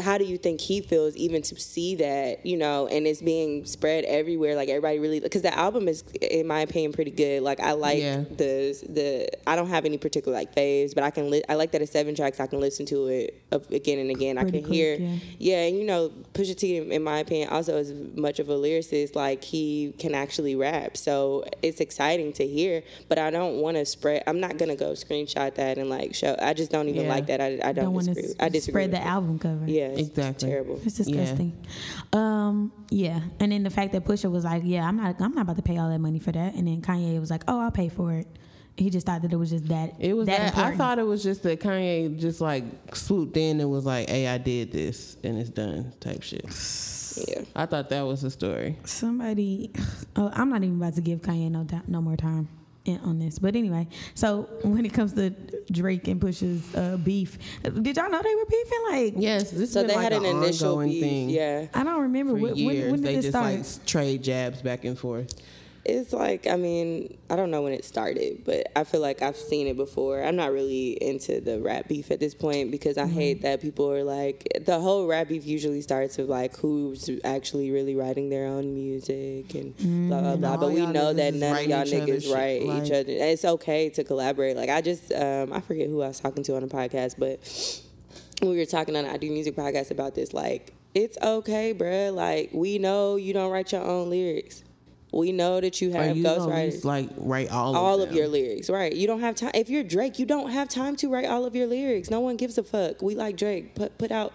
Speaker 1: How do you think he feels even to see that, you know, and it's being spread everywhere? Like everybody really, because the album is, in my opinion, pretty good. Like I like
Speaker 2: Yeah.
Speaker 1: the the. I don't have any particular like faves, but I can. Li- I like that it's seven tracks. I can listen to it of- again and again. I
Speaker 3: Pretty
Speaker 1: can
Speaker 3: quick,
Speaker 1: hear.
Speaker 3: yeah.
Speaker 1: Yeah, and you know, Pusha T, in my opinion, also is much of a lyricist. Like he can actually rap, so it's exciting to hear. But I don't want to spread. I'm not gonna go screenshot that and like show. I just don't even
Speaker 2: Yeah.
Speaker 1: like that. I, I don't,
Speaker 3: Don't want
Speaker 1: disagree. I
Speaker 3: to
Speaker 1: disagree.
Speaker 3: spread the
Speaker 1: with it.
Speaker 3: album cover.
Speaker 1: Yeah, it's
Speaker 2: Exactly.
Speaker 1: Terrible.
Speaker 3: It's disgusting. Um, yeah. And then the fact that Pusha was like, "Yeah, I'm not, I'm not about to pay all that money for that," and then Kanye was like, "Oh, I'll pay for it." He just thought that it was just that.
Speaker 2: It was that, I
Speaker 3: important.
Speaker 2: thought it was just that Kanye just like swooped in and was like, "Hey, I did this and it's done," type shit.
Speaker 1: Yeah.
Speaker 2: I thought that was the story.
Speaker 3: somebody. Oh, I'm not even about to give Kanye no ti- no more time in- on this. But anyway, so when it comes to Drake and Pusha's uh, beef, did y'all know they were beefing? Like,
Speaker 2: Yes, this
Speaker 1: So
Speaker 2: been
Speaker 1: they
Speaker 2: like
Speaker 1: had an, initial
Speaker 2: ongoing
Speaker 1: beef.
Speaker 2: thing
Speaker 1: Yeah.
Speaker 3: I don't remember
Speaker 2: for
Speaker 3: when,
Speaker 2: years.
Speaker 3: when, when did
Speaker 2: they
Speaker 3: this
Speaker 2: just
Speaker 3: start.
Speaker 2: like trade jabs back and forth.
Speaker 1: It's like I mean I don't know when it started, but I feel like I've seen it before. I'm not really into the rap beef at this point because I
Speaker 2: Mm-hmm.
Speaker 1: hate that people are like the whole rap beef usually starts with like who's actually really writing their own music and blah blah blah.
Speaker 2: Mm. all
Speaker 1: But we
Speaker 2: y'all
Speaker 1: know
Speaker 2: niggas
Speaker 1: that
Speaker 2: is
Speaker 1: none of
Speaker 2: writing
Speaker 1: y'all
Speaker 2: each other's
Speaker 1: niggas
Speaker 2: shit,
Speaker 1: write each
Speaker 2: like-
Speaker 1: other. It's okay to collaborate. Like I just um I forget who I was talking to on a podcast, but we were talking on I Do Music podcast about this. Like, it's okay, bruh. Like, we know you don't write your own lyrics. We know that you
Speaker 2: Or
Speaker 1: have
Speaker 2: you don't at
Speaker 1: ghostwriters.
Speaker 2: least like write all,
Speaker 1: all
Speaker 2: of,
Speaker 1: of your lyrics, right? You don't have time. If you're Drake, you don't have time to write all of your lyrics. No one gives a fuck. We like Drake. Put put out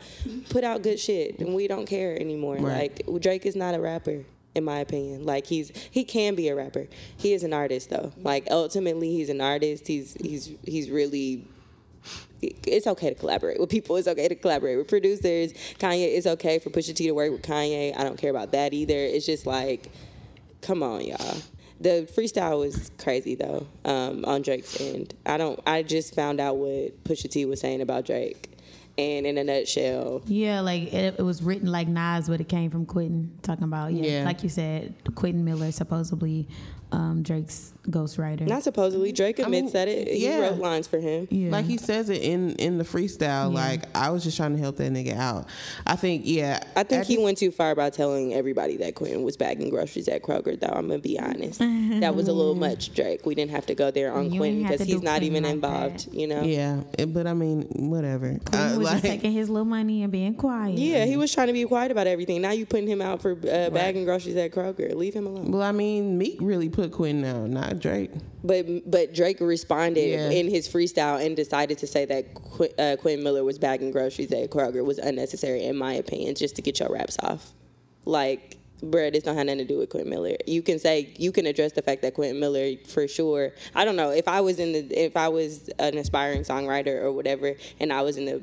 Speaker 1: put out good shit, and we don't care anymore.
Speaker 2: Right.
Speaker 1: Like Drake is not a rapper, in my opinion. Like he's he can be a rapper. He is an artist though. Like ultimately, he's an artist. He's he's he's really it's okay to collaborate with people. It's okay to collaborate with producers. Kanye, it's okay for Pusha T to work with Kanye. I don't care about that either. It's just like, come on, y'all. The freestyle was crazy though um, on Drake's end. I don't. I just found out what Pusha T was saying about Drake, and in a nutshell,
Speaker 3: Yeah, like it, it was written like Nas, but it came from Quentin talking about yeah,
Speaker 2: Yeah.
Speaker 3: like you said, Quentin Miller supposedly um, Drake's ghostwriter.
Speaker 1: not supposedly Drake admits that it. He
Speaker 2: yeah.
Speaker 1: wrote lines for him.
Speaker 3: yeah,
Speaker 2: Like he says it in in the freestyle. Like I was just trying to help that nigga out. I think yeah.
Speaker 1: I think
Speaker 2: at
Speaker 1: he
Speaker 2: this-
Speaker 1: went too far by telling everybody that Quentin was bagging groceries at Kroger. Though I'm gonna be honest, that was a little much, Drake. We didn't have to go there on
Speaker 3: You
Speaker 1: Quentin
Speaker 3: ain't have
Speaker 1: because
Speaker 3: to do
Speaker 1: he's not
Speaker 3: Quentin
Speaker 1: even
Speaker 3: like
Speaker 1: involved. You know.
Speaker 2: Yeah, it- but I mean, whatever.
Speaker 3: Quentin
Speaker 2: Uh,
Speaker 3: was just
Speaker 2: like-
Speaker 3: taking his little money and being quiet.
Speaker 1: Yeah, he was trying to be quiet about everything. Now you putting him out for uh, bagging groceries at Kroger. Leave him alone.
Speaker 2: well, I mean, Meek really put Quentin out, not Drake.
Speaker 1: But but Drake responded
Speaker 2: Yeah.
Speaker 1: in his freestyle and decided to say that Qu- uh, Quinn Miller was bagging groceries at Kroger was unnecessary in my opinion, just to get your raps off. Like, bruh, this don't have nothing to do with Quinn Miller. You can say you can address the fact that Quinn Miller for sure. I don't know if I was in the if I was an aspiring songwriter or whatever, and I was in the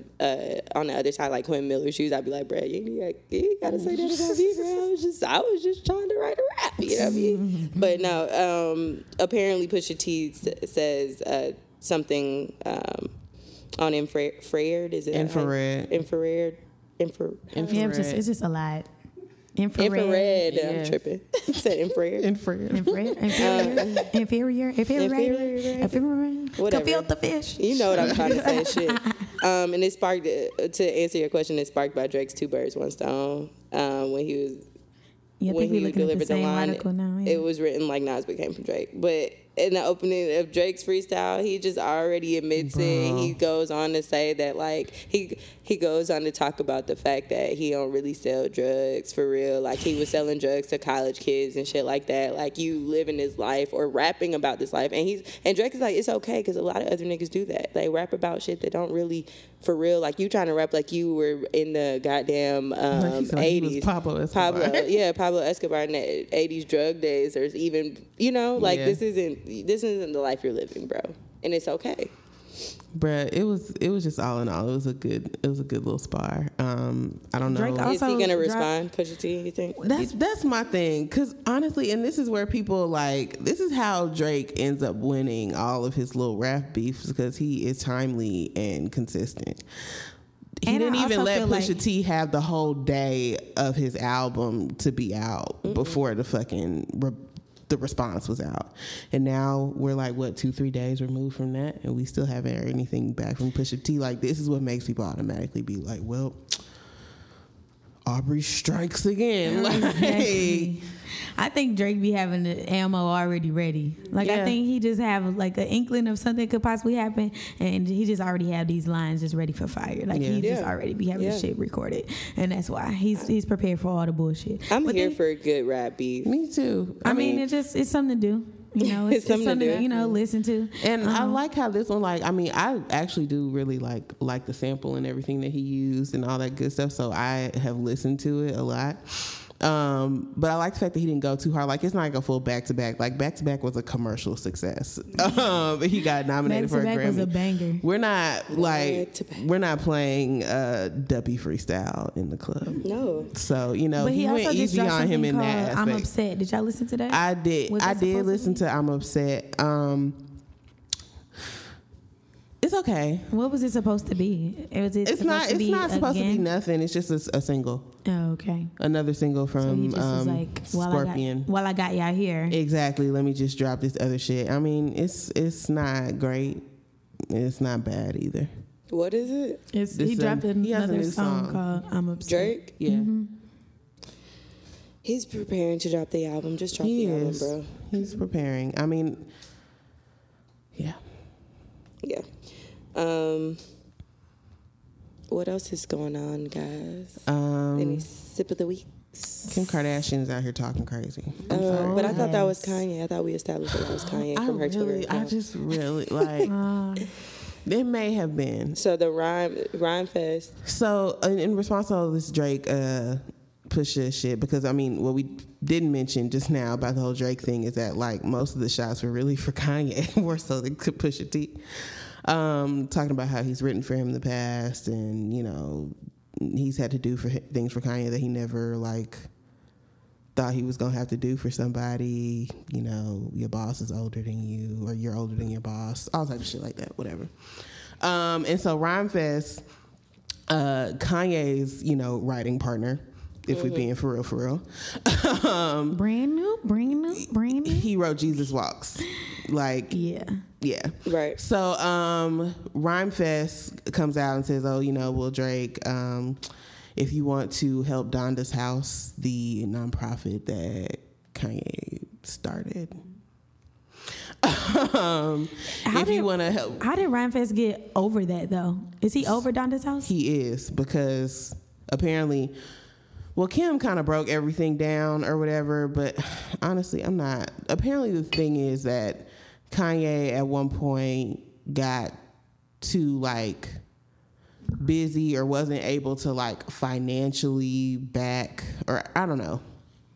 Speaker 1: uh, on the other side like Quinn Miller's shoes, I'd be like, bruh, you, ain't- you ain't gotta say that about me, bruh. I was just I was just trying to write a rap, you know what I mean? But no, um, apparently Pusha T s- says uh, something um, on infra- infrared. Is it
Speaker 2: Infrared.
Speaker 1: Infrared. Infra-
Speaker 3: Yeah, it's just, it's just a lot. Infrared.
Speaker 1: infrared. I'm
Speaker 2: Yes.
Speaker 1: tripping. said infrared.
Speaker 2: In France.
Speaker 3: Infrared, inferior, inferior, inferior,
Speaker 1: Inferior,
Speaker 3: inferior.
Speaker 1: Whatever.
Speaker 3: Confuse the fish.
Speaker 1: You know what I'm trying to say, shit. Um, and it sparked uh, to answer your question. It sparked by Drake's "Two Birds, One Stone" um, when he was
Speaker 3: Yeah, I
Speaker 1: when
Speaker 3: think
Speaker 1: he
Speaker 3: we're looking at
Speaker 1: delivered
Speaker 3: the
Speaker 1: the,
Speaker 3: same
Speaker 1: line,
Speaker 3: article now. Yeah.
Speaker 1: it was written like Nas but came from Drake. But in the opening of Drake's freestyle, he just already admits it. He goes on to say that like he he goes on to talk about the fact that he don't really sell drugs for real. Like he was selling drugs to college kids and shit like that. Like you living this life or rapping about this life, and he's and Drake is like it's okay because a lot of other niggas do that. They rap about shit that don't really for real. Like you trying to rap like you were in the goddamn
Speaker 2: Like he
Speaker 1: um,
Speaker 2: said, he was
Speaker 1: 80s.
Speaker 2: Pablo Escobar.
Speaker 1: Pablo, yeah, Pablo Escobar in the 80s drug days, or even, you know, like
Speaker 2: Yeah.
Speaker 1: this isn't this isn't the life you're living, bro, and it's okay.
Speaker 2: Bruh, it was it was just all in all. It was a good it was a good little spar. Um, I don't know.
Speaker 3: Drake also-
Speaker 1: Is he gonna
Speaker 3: drop-
Speaker 1: respond, Pusha T? You think?
Speaker 2: that's that's my thing, cause honestly, and this is where people like this is how Drake ends up winning all of his little rap beefs because he is timely and consistent. He
Speaker 3: And I
Speaker 2: didn't even
Speaker 3: also
Speaker 2: let
Speaker 3: feel
Speaker 2: Pusha
Speaker 3: like-
Speaker 2: T have the whole day of his album to be out before the fucking re- the response was out, and now we're like what two three days removed from that, and we still haven't heard anything back from Pusha T. Like this is what makes people automatically be like, well. Aubrey strikes again. Like,
Speaker 3: Exactly. I think Drake be having the ammo already ready. Like I
Speaker 2: Yeah.
Speaker 3: think he just have like an inkling of something could possibly happen, and he just already have these lines just ready for fire. Like he
Speaker 2: Yeah.
Speaker 3: just
Speaker 1: Yeah.
Speaker 3: already be having the
Speaker 1: Yeah.
Speaker 3: shit recorded, and that's why he's he's prepared for all the bullshit.
Speaker 1: I'm
Speaker 3: But
Speaker 1: here
Speaker 3: then-
Speaker 1: for a good rap beef.
Speaker 2: me too.
Speaker 3: I mean, it just it's something to do. You know, it's, it's something, to do. You know, listen to.
Speaker 2: and
Speaker 3: uh-huh.
Speaker 2: I like how this one, like, I mean, I actually do really like like the sample and everything that he used and all that good stuff. So I have listened to it a lot. Um, but I like the fact that he didn't go too hard. Like, it's not like a full back to back. Like, back to back was a commercial success. Um, he got nominated for a
Speaker 3: Back-to-back
Speaker 2: Grammy.
Speaker 3: was a banger.
Speaker 2: We're not like
Speaker 1: Back-to-back.
Speaker 2: we're not playing uh, Duppy freestyle in the club.
Speaker 1: No,
Speaker 2: So you know
Speaker 3: But he,
Speaker 2: he,
Speaker 3: also
Speaker 2: went
Speaker 3: just
Speaker 2: easy
Speaker 3: dropped
Speaker 2: on
Speaker 3: something
Speaker 2: him in
Speaker 3: called um,
Speaker 2: that aspect.
Speaker 3: "I'm Upset." Did y'all listen to that?
Speaker 2: I did.
Speaker 3: Was it
Speaker 2: I
Speaker 3: supposed
Speaker 2: did
Speaker 3: to
Speaker 2: listen to, I'm upset. Um, it's It's okay.
Speaker 3: What was it supposed to be? It was it
Speaker 2: It's
Speaker 3: supposed
Speaker 2: not.
Speaker 3: to
Speaker 2: It's
Speaker 3: be
Speaker 2: not supposed to be
Speaker 3: again?
Speaker 2: nothing. It's just a, s- a single,
Speaker 3: Oh, okay.
Speaker 2: another single from
Speaker 3: So he just was
Speaker 2: um,
Speaker 3: like, while I
Speaker 2: Scorpion.
Speaker 3: got, while I got y'all here,
Speaker 2: Exactly. Let me just drop this other shit. I mean, it's it's not great. It's not bad either.
Speaker 1: What is it?
Speaker 3: it's,
Speaker 2: this,
Speaker 3: he
Speaker 2: um,
Speaker 3: dropped
Speaker 2: he has a
Speaker 3: another
Speaker 2: new
Speaker 3: song,
Speaker 2: song.
Speaker 3: called "I'm Upset."
Speaker 1: Drake?
Speaker 2: Yeah,
Speaker 3: Mm-hmm.
Speaker 1: He's preparing to drop the album. Just drop
Speaker 2: he
Speaker 1: the
Speaker 2: is.
Speaker 1: album, bro.
Speaker 2: He's preparing. I mean, yeah.
Speaker 1: Yeah. Um, what else is going on, guys? Any
Speaker 2: Um,
Speaker 1: sip of the week?
Speaker 2: Kim Kardashian's out here talking crazy. I'm sorry.
Speaker 1: Oh, but I thought that was Kanye. I thought we established that, that was Kanye
Speaker 2: I
Speaker 1: from her
Speaker 2: really,
Speaker 1: Twitter.
Speaker 2: I
Speaker 1: account.
Speaker 2: just really like.
Speaker 3: Uh,
Speaker 2: It may have been.
Speaker 1: so the rhyme, rhyme fest.
Speaker 2: So in, in response to all this Drake uh, Pusha shit, because I mean, what we didn't mention just now about the whole Drake thing is that like most of the shots were really for Kanye more so than to Pusha T. Um, talking about how he's written for him in the past, and you know, he's had to do for hi- things for Kanye that he never like thought he was gonna have to do for somebody. You know, your boss is older than you, or you're older than your boss, all types of shit like that, whatever. Um, and so Rhymefest, uh, Kanye's, you know, writing partner, if we're being for real, for real, um,
Speaker 3: brand new, brand new, brand new.
Speaker 2: he wrote Jesus Walks. Like,
Speaker 3: Yeah,
Speaker 2: yeah.
Speaker 1: Right.
Speaker 2: So um Rhymefest comes out and says, Oh, you know, well Drake, um, if you want to help Donda's house, the nonprofit that Kanye started. um,
Speaker 3: How
Speaker 2: if you
Speaker 3: did-
Speaker 2: want to help
Speaker 3: how did Ryan Fest get over that though? Is he over Donda's house?
Speaker 2: he is because apparently well kim kind of broke everything down or whatever but honestly i'm not apparently the thing is that kanye at one point got too like busy or wasn't able to like financially back or i don't know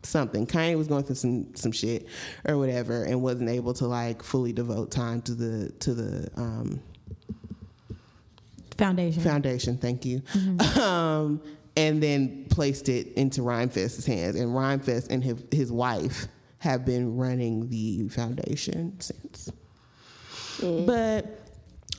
Speaker 2: something kanye was going through some some shit or whatever and wasn't able to like fully devote time to the to the um
Speaker 3: Foundation.
Speaker 2: Foundation, thank you. Um, and then placed it into Rhymefest's hands. And Rhymefest and his, his wife have been running the foundation since. But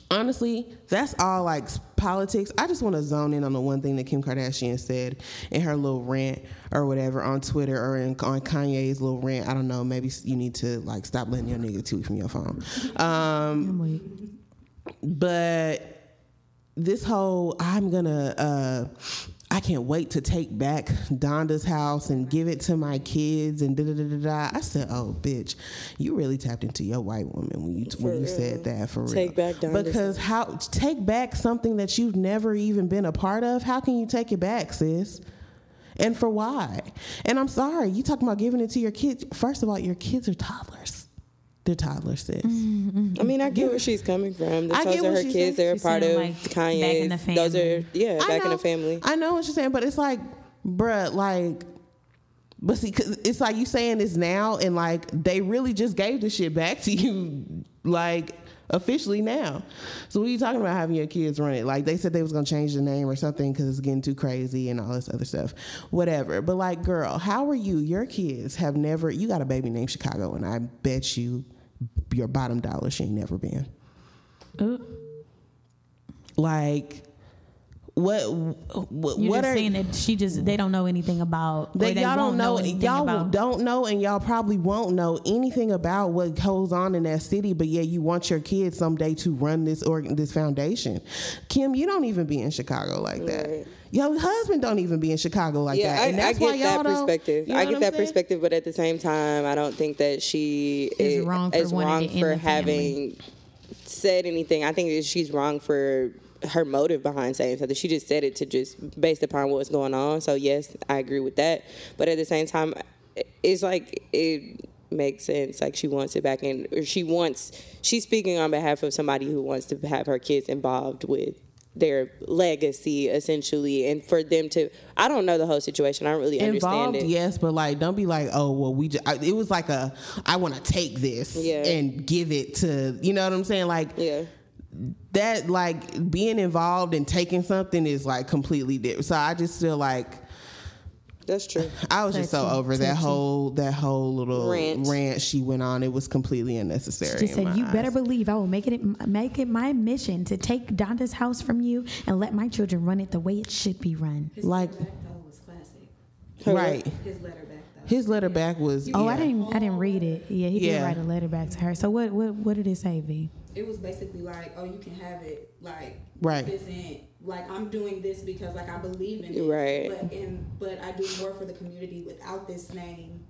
Speaker 2: honestly, that's all like s- politics. I just want to zone in on the one thing that Kim Kardashian said in her little rant or whatever on Twitter or in, on Kanye's little rant. I don't know. Maybe s- you need to like stop letting your nigga tweet from your phone. Um,
Speaker 3: I'm weak.
Speaker 2: but this whole I'm gonna uh I can't wait to take back Donda's house and give it to my kids and da da da da da. I said, "Oh, bitch, you really tapped into your white woman when you when you
Speaker 1: real.
Speaker 2: said that for real."
Speaker 1: Take back Donda's
Speaker 2: because how take back something that you've never even been a part of? How can you take it back, sis? And for why? And I'm sorry, you talking about giving it to your kids. First of all, your kids are toddlers. They're toddlers, sis.
Speaker 1: I mean, I get where she's coming from.
Speaker 2: Mm-hmm. I
Speaker 1: Those are
Speaker 2: get what
Speaker 1: her
Speaker 2: she's
Speaker 1: kids.
Speaker 2: saying.
Speaker 1: They're a
Speaker 3: She's
Speaker 1: part of
Speaker 3: saying, like, back in
Speaker 1: Kanye's.
Speaker 3: the
Speaker 1: Those are
Speaker 3: family.
Speaker 1: yeah,
Speaker 2: I
Speaker 1: back in the
Speaker 2: know-
Speaker 1: family.
Speaker 2: I know what you're saying, but it's like, bruh, like, but see, 'cause it's like you saying this now, and like they really just gave this shit back to you, like officially now. So what are you talking about having your kids run it? Like they said they was gonna change the name or something because it's getting too crazy and all this other stuff, whatever. But like, girl, how are you? Your kids have never. You got a baby named Chicago, and I bet you your bottom dollar she ain't never been.
Speaker 3: Ooh.
Speaker 2: Like. What what,
Speaker 3: You're
Speaker 2: what
Speaker 3: just
Speaker 2: are
Speaker 3: saying that she just they don't know anything about or
Speaker 2: that y'all
Speaker 3: won't
Speaker 2: don't know,
Speaker 3: anything
Speaker 2: y'all
Speaker 3: about.
Speaker 2: don't know and y'all probably won't know anything about what goes on in that city but yeah you want your kids someday to run this org- this foundation kim you don't even be in chicago like that
Speaker 1: Right.
Speaker 2: your husband don't even be in chicago like
Speaker 1: yeah,
Speaker 2: that and
Speaker 1: I, I
Speaker 2: that's why
Speaker 1: get
Speaker 2: y'all
Speaker 1: that
Speaker 2: don't-
Speaker 1: perspective.
Speaker 2: you know
Speaker 1: I
Speaker 2: what
Speaker 1: get
Speaker 2: I'm
Speaker 1: that
Speaker 2: saying?
Speaker 1: perspective, but at the same time, I don't think that she
Speaker 3: Is wrong for
Speaker 1: is
Speaker 3: wanting
Speaker 1: wrong
Speaker 3: it in
Speaker 1: for
Speaker 3: the
Speaker 1: having
Speaker 3: family.
Speaker 1: said anything. I think that she's wrong for her motive behind saying something. She just said it to just based upon what's going on. So yes, I agree with that. But at the same time, it's like it makes sense. Like she wants it back in, or she wants. She's speaking on behalf of somebody who wants to have her kids involved with their legacy essentially and for them to i don't know the whole situation i don't really
Speaker 2: involved
Speaker 1: understand it
Speaker 2: yes but like don't be like oh well we just, it was like a i want to take this
Speaker 1: Yeah.
Speaker 2: and give it to you know what i'm saying like
Speaker 1: yeah
Speaker 2: that like being involved and taking something is like completely different. So I just feel like
Speaker 1: That's true.
Speaker 2: I was just so
Speaker 3: Touchy,
Speaker 2: over that
Speaker 3: touchy.
Speaker 2: whole that whole little
Speaker 1: Rant.
Speaker 2: rant, she went on. It was completely unnecessary.
Speaker 3: She just
Speaker 2: in my
Speaker 3: said, "You better
Speaker 2: eyes."
Speaker 3: believe I will make it make it my mission to take Donda's house from you and let my children run it the way it should be run."
Speaker 4: His
Speaker 2: Like-
Speaker 4: letter back though was classic.
Speaker 2: right.
Speaker 4: His letter back though.
Speaker 2: His letter back was.
Speaker 3: Oh, I
Speaker 2: yeah.
Speaker 3: didn't I didn't read it. Yeah, he did
Speaker 2: Yeah.
Speaker 3: write a letter back to her. So what what what did it say, V?
Speaker 4: it was basically like, oh, you can have it. Like,
Speaker 2: Right.
Speaker 4: This isn't like I'm doing this because like I believe in it.
Speaker 1: Right.
Speaker 4: But in but I do more for the community without this name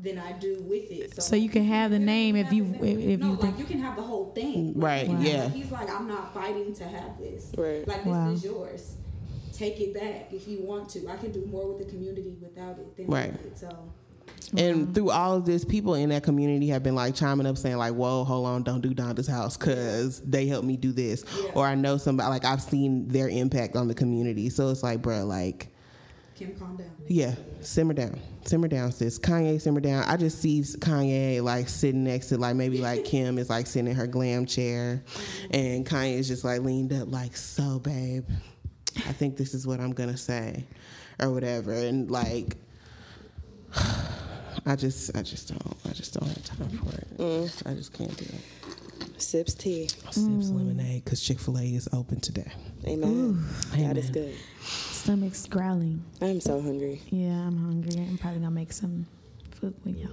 Speaker 4: than I do with it. So,
Speaker 3: So you can have the name if you-
Speaker 4: have the same-
Speaker 3: if
Speaker 4: no,
Speaker 3: you
Speaker 4: like
Speaker 3: think-
Speaker 4: you can have the whole thing.
Speaker 2: Right,
Speaker 4: Like,
Speaker 2: yeah.
Speaker 4: He's like, I'm not fighting to have this.
Speaker 1: Right.
Speaker 4: Like this
Speaker 3: Wow.
Speaker 4: is yours. Take it back if you want to. I can do more with the community without it than
Speaker 2: Right.
Speaker 4: with it. So
Speaker 2: And through all of this, people in that community have been like chiming up saying like, "Whoa, hold on, don't do Donda's house because they helped me do this,"
Speaker 4: Yeah.
Speaker 2: or I know somebody like I've seen their impact on the community. So it's like, bruh, like.
Speaker 4: Kim, calm down.
Speaker 2: Yeah, simmer down, simmer down, sis. Kanye, simmer down. I just see Kanye like sitting next to like maybe like Kim is like sitting in her glam chair, and Kanye is just like leaned up like, so babe, I think this is what I'm gonna say, or whatever, and like. I just, I just don't, I just don't have time for it. I just can't do it.
Speaker 1: Sips tea.
Speaker 2: Sips lemonade because Chick Fil A is open today.
Speaker 1: Amen.
Speaker 2: Amen.
Speaker 1: God is good.
Speaker 3: Stomach's growling.
Speaker 1: I'm so hungry.
Speaker 3: Yeah, I'm hungry. I'm probably gonna make some food when y'all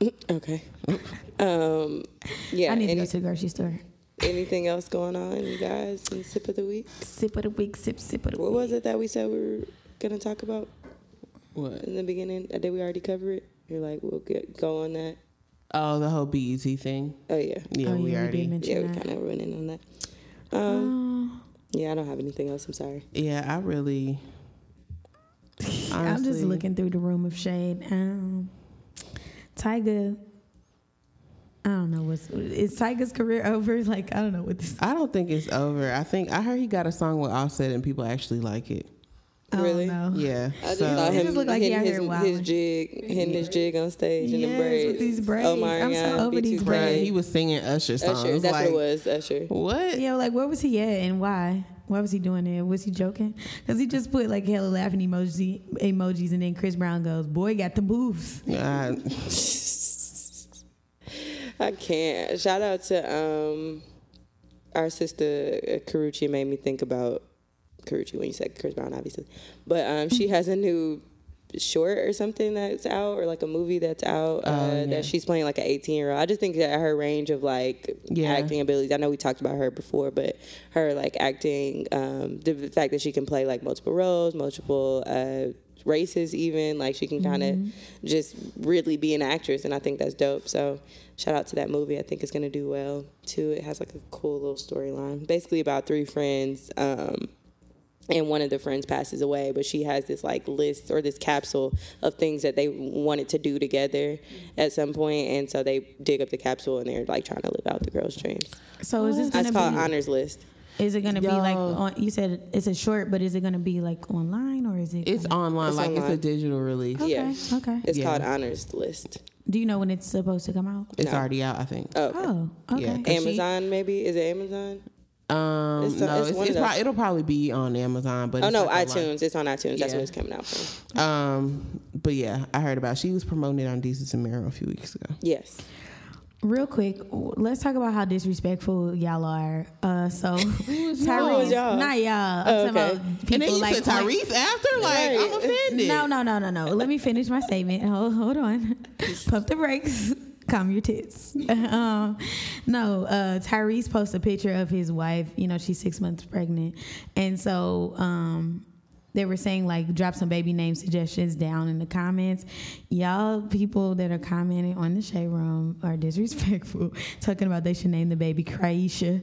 Speaker 3: leave.
Speaker 1: Mm, Okay. Um, yeah.
Speaker 3: I need to
Speaker 1: any-
Speaker 3: go to the grocery store.
Speaker 1: anything else going on, you guys? In sip of the week.
Speaker 3: Sip of the week, sip, sip of the
Speaker 1: What
Speaker 3: week.
Speaker 1: was it that we said we were gonna talk about
Speaker 2: What?
Speaker 1: in the beginning? Uh, Did we already cover it? You're like, we'll get go on that.
Speaker 2: Oh, the whole BET thing.
Speaker 1: Oh yeah.
Speaker 2: Yeah,
Speaker 3: Oh,
Speaker 2: we
Speaker 3: yeah,
Speaker 2: already.
Speaker 3: did mention
Speaker 1: Yeah, we
Speaker 3: that.
Speaker 1: kind of went in on that. Um,
Speaker 3: Oh.
Speaker 1: yeah, I don't have anything else. I'm sorry.
Speaker 2: Yeah, I really.
Speaker 3: I'm just
Speaker 2: honestly-
Speaker 3: looking through the room of shade. Um, Tyga, I don't know what's is Tyga's career over. Like I don't know what this.
Speaker 2: I don't think it's over. I think I heard he got a song with Offset and people actually like it.
Speaker 3: I don't
Speaker 1: Really?
Speaker 3: know.
Speaker 2: Yeah.
Speaker 1: I just
Speaker 2: so-
Speaker 1: saw
Speaker 3: It
Speaker 1: him
Speaker 3: just looked like he
Speaker 1: hitting
Speaker 3: out
Speaker 1: his,
Speaker 3: here
Speaker 1: his
Speaker 3: wilding.
Speaker 1: jig, hitting his jig on stage in the
Speaker 3: Yes,
Speaker 1: braids.
Speaker 3: with these braids.
Speaker 1: Omar
Speaker 3: I'm so
Speaker 1: Young,
Speaker 3: over
Speaker 1: B2K.
Speaker 3: these
Speaker 2: Bruh,
Speaker 3: braids.
Speaker 2: he was singing Usher songs.
Speaker 1: Usher, that's
Speaker 2: like,
Speaker 1: what it was. Usher.
Speaker 2: What?
Speaker 3: Yeah, like where was he at and why? Why was he doing it? Was he joking? Because he just put like hella laughing emoji emojis, and then Chris Brown goes, "Boy, got the moves."
Speaker 2: Uh,
Speaker 1: I can't. Shout out to um, our sister uh, Karuchi made me think about Karuchi when you said Chris Brown, obviously. But um, she has a new short or something that's out, or like a movie that's out uh, that she's playing like an 18 year old. I just think that her range of like
Speaker 2: Yeah.
Speaker 1: acting abilities. I know we talked about her before, but her like acting, um, the fact that she can play like multiple roles, multiple. Uh, races even like she can kind of just really be an actress and i think that's dope so shout out to that movie i think it's going to do well too it has like a cool little storyline basically about three friends um and one of the friends passes away but she has this like list or this capsule of things that they wanted to do together at some point and so they dig up the capsule and they're like trying to live out the girls dreams
Speaker 3: So is this
Speaker 1: Oh. that's
Speaker 3: gonna
Speaker 1: called
Speaker 3: be?
Speaker 1: honors list
Speaker 3: Is it gonna be like?
Speaker 2: Yo.
Speaker 3: On, you said it's a short, but is it gonna be like online or is it?
Speaker 2: it's
Speaker 3: gonna-
Speaker 2: online.
Speaker 1: It's
Speaker 2: like it's a
Speaker 1: online. Oh,
Speaker 2: digital release.
Speaker 3: Okay,
Speaker 1: yeah.
Speaker 3: okay.
Speaker 1: it's
Speaker 2: Yeah.
Speaker 1: called honors list
Speaker 3: Do you know when it's supposed to come out?
Speaker 2: It's
Speaker 1: No.
Speaker 2: already out, I think.
Speaker 1: oh, okay.
Speaker 3: Oh, okay.
Speaker 2: Yeah, And- she-
Speaker 1: amazon maybe is it amazon
Speaker 2: Um,
Speaker 1: Oh. It's-
Speaker 2: no,
Speaker 1: it's
Speaker 2: it's,
Speaker 1: one
Speaker 2: it's
Speaker 1: of
Speaker 2: prob-
Speaker 1: those.
Speaker 2: it'll probably be on Amazon, but
Speaker 1: oh
Speaker 2: it's
Speaker 1: no
Speaker 2: like a lot-
Speaker 1: itunes it's on itunes that's
Speaker 2: Yeah.
Speaker 1: what it's coming out from
Speaker 2: Um, but yeah, I heard about. It. She was promoting it on Desus and Mero a few weeks ago.
Speaker 1: yes
Speaker 3: Real quick, w- let's talk about how disrespectful y'all are. Uh, so
Speaker 1: Who was
Speaker 3: Tyrese,
Speaker 1: y'all?
Speaker 3: not y'all. I'm
Speaker 1: Oh, okay.
Speaker 3: talking about
Speaker 2: and then
Speaker 3: people
Speaker 2: you
Speaker 3: like
Speaker 2: said Tyrese after, like I'm
Speaker 1: Right.
Speaker 2: offended.
Speaker 3: No, no, no, no, no. Let me finish my statement. Hold, hold on. Pump the brakes. Calm your tits. um, no, uh, Tyrese posted a picture of his wife. You know, she's six months pregnant. And so um, they were saying, like, drop some baby name suggestions down in the comments. Y'all people that are commenting on the shade room are disrespectful, talking about they should name the baby Craisha,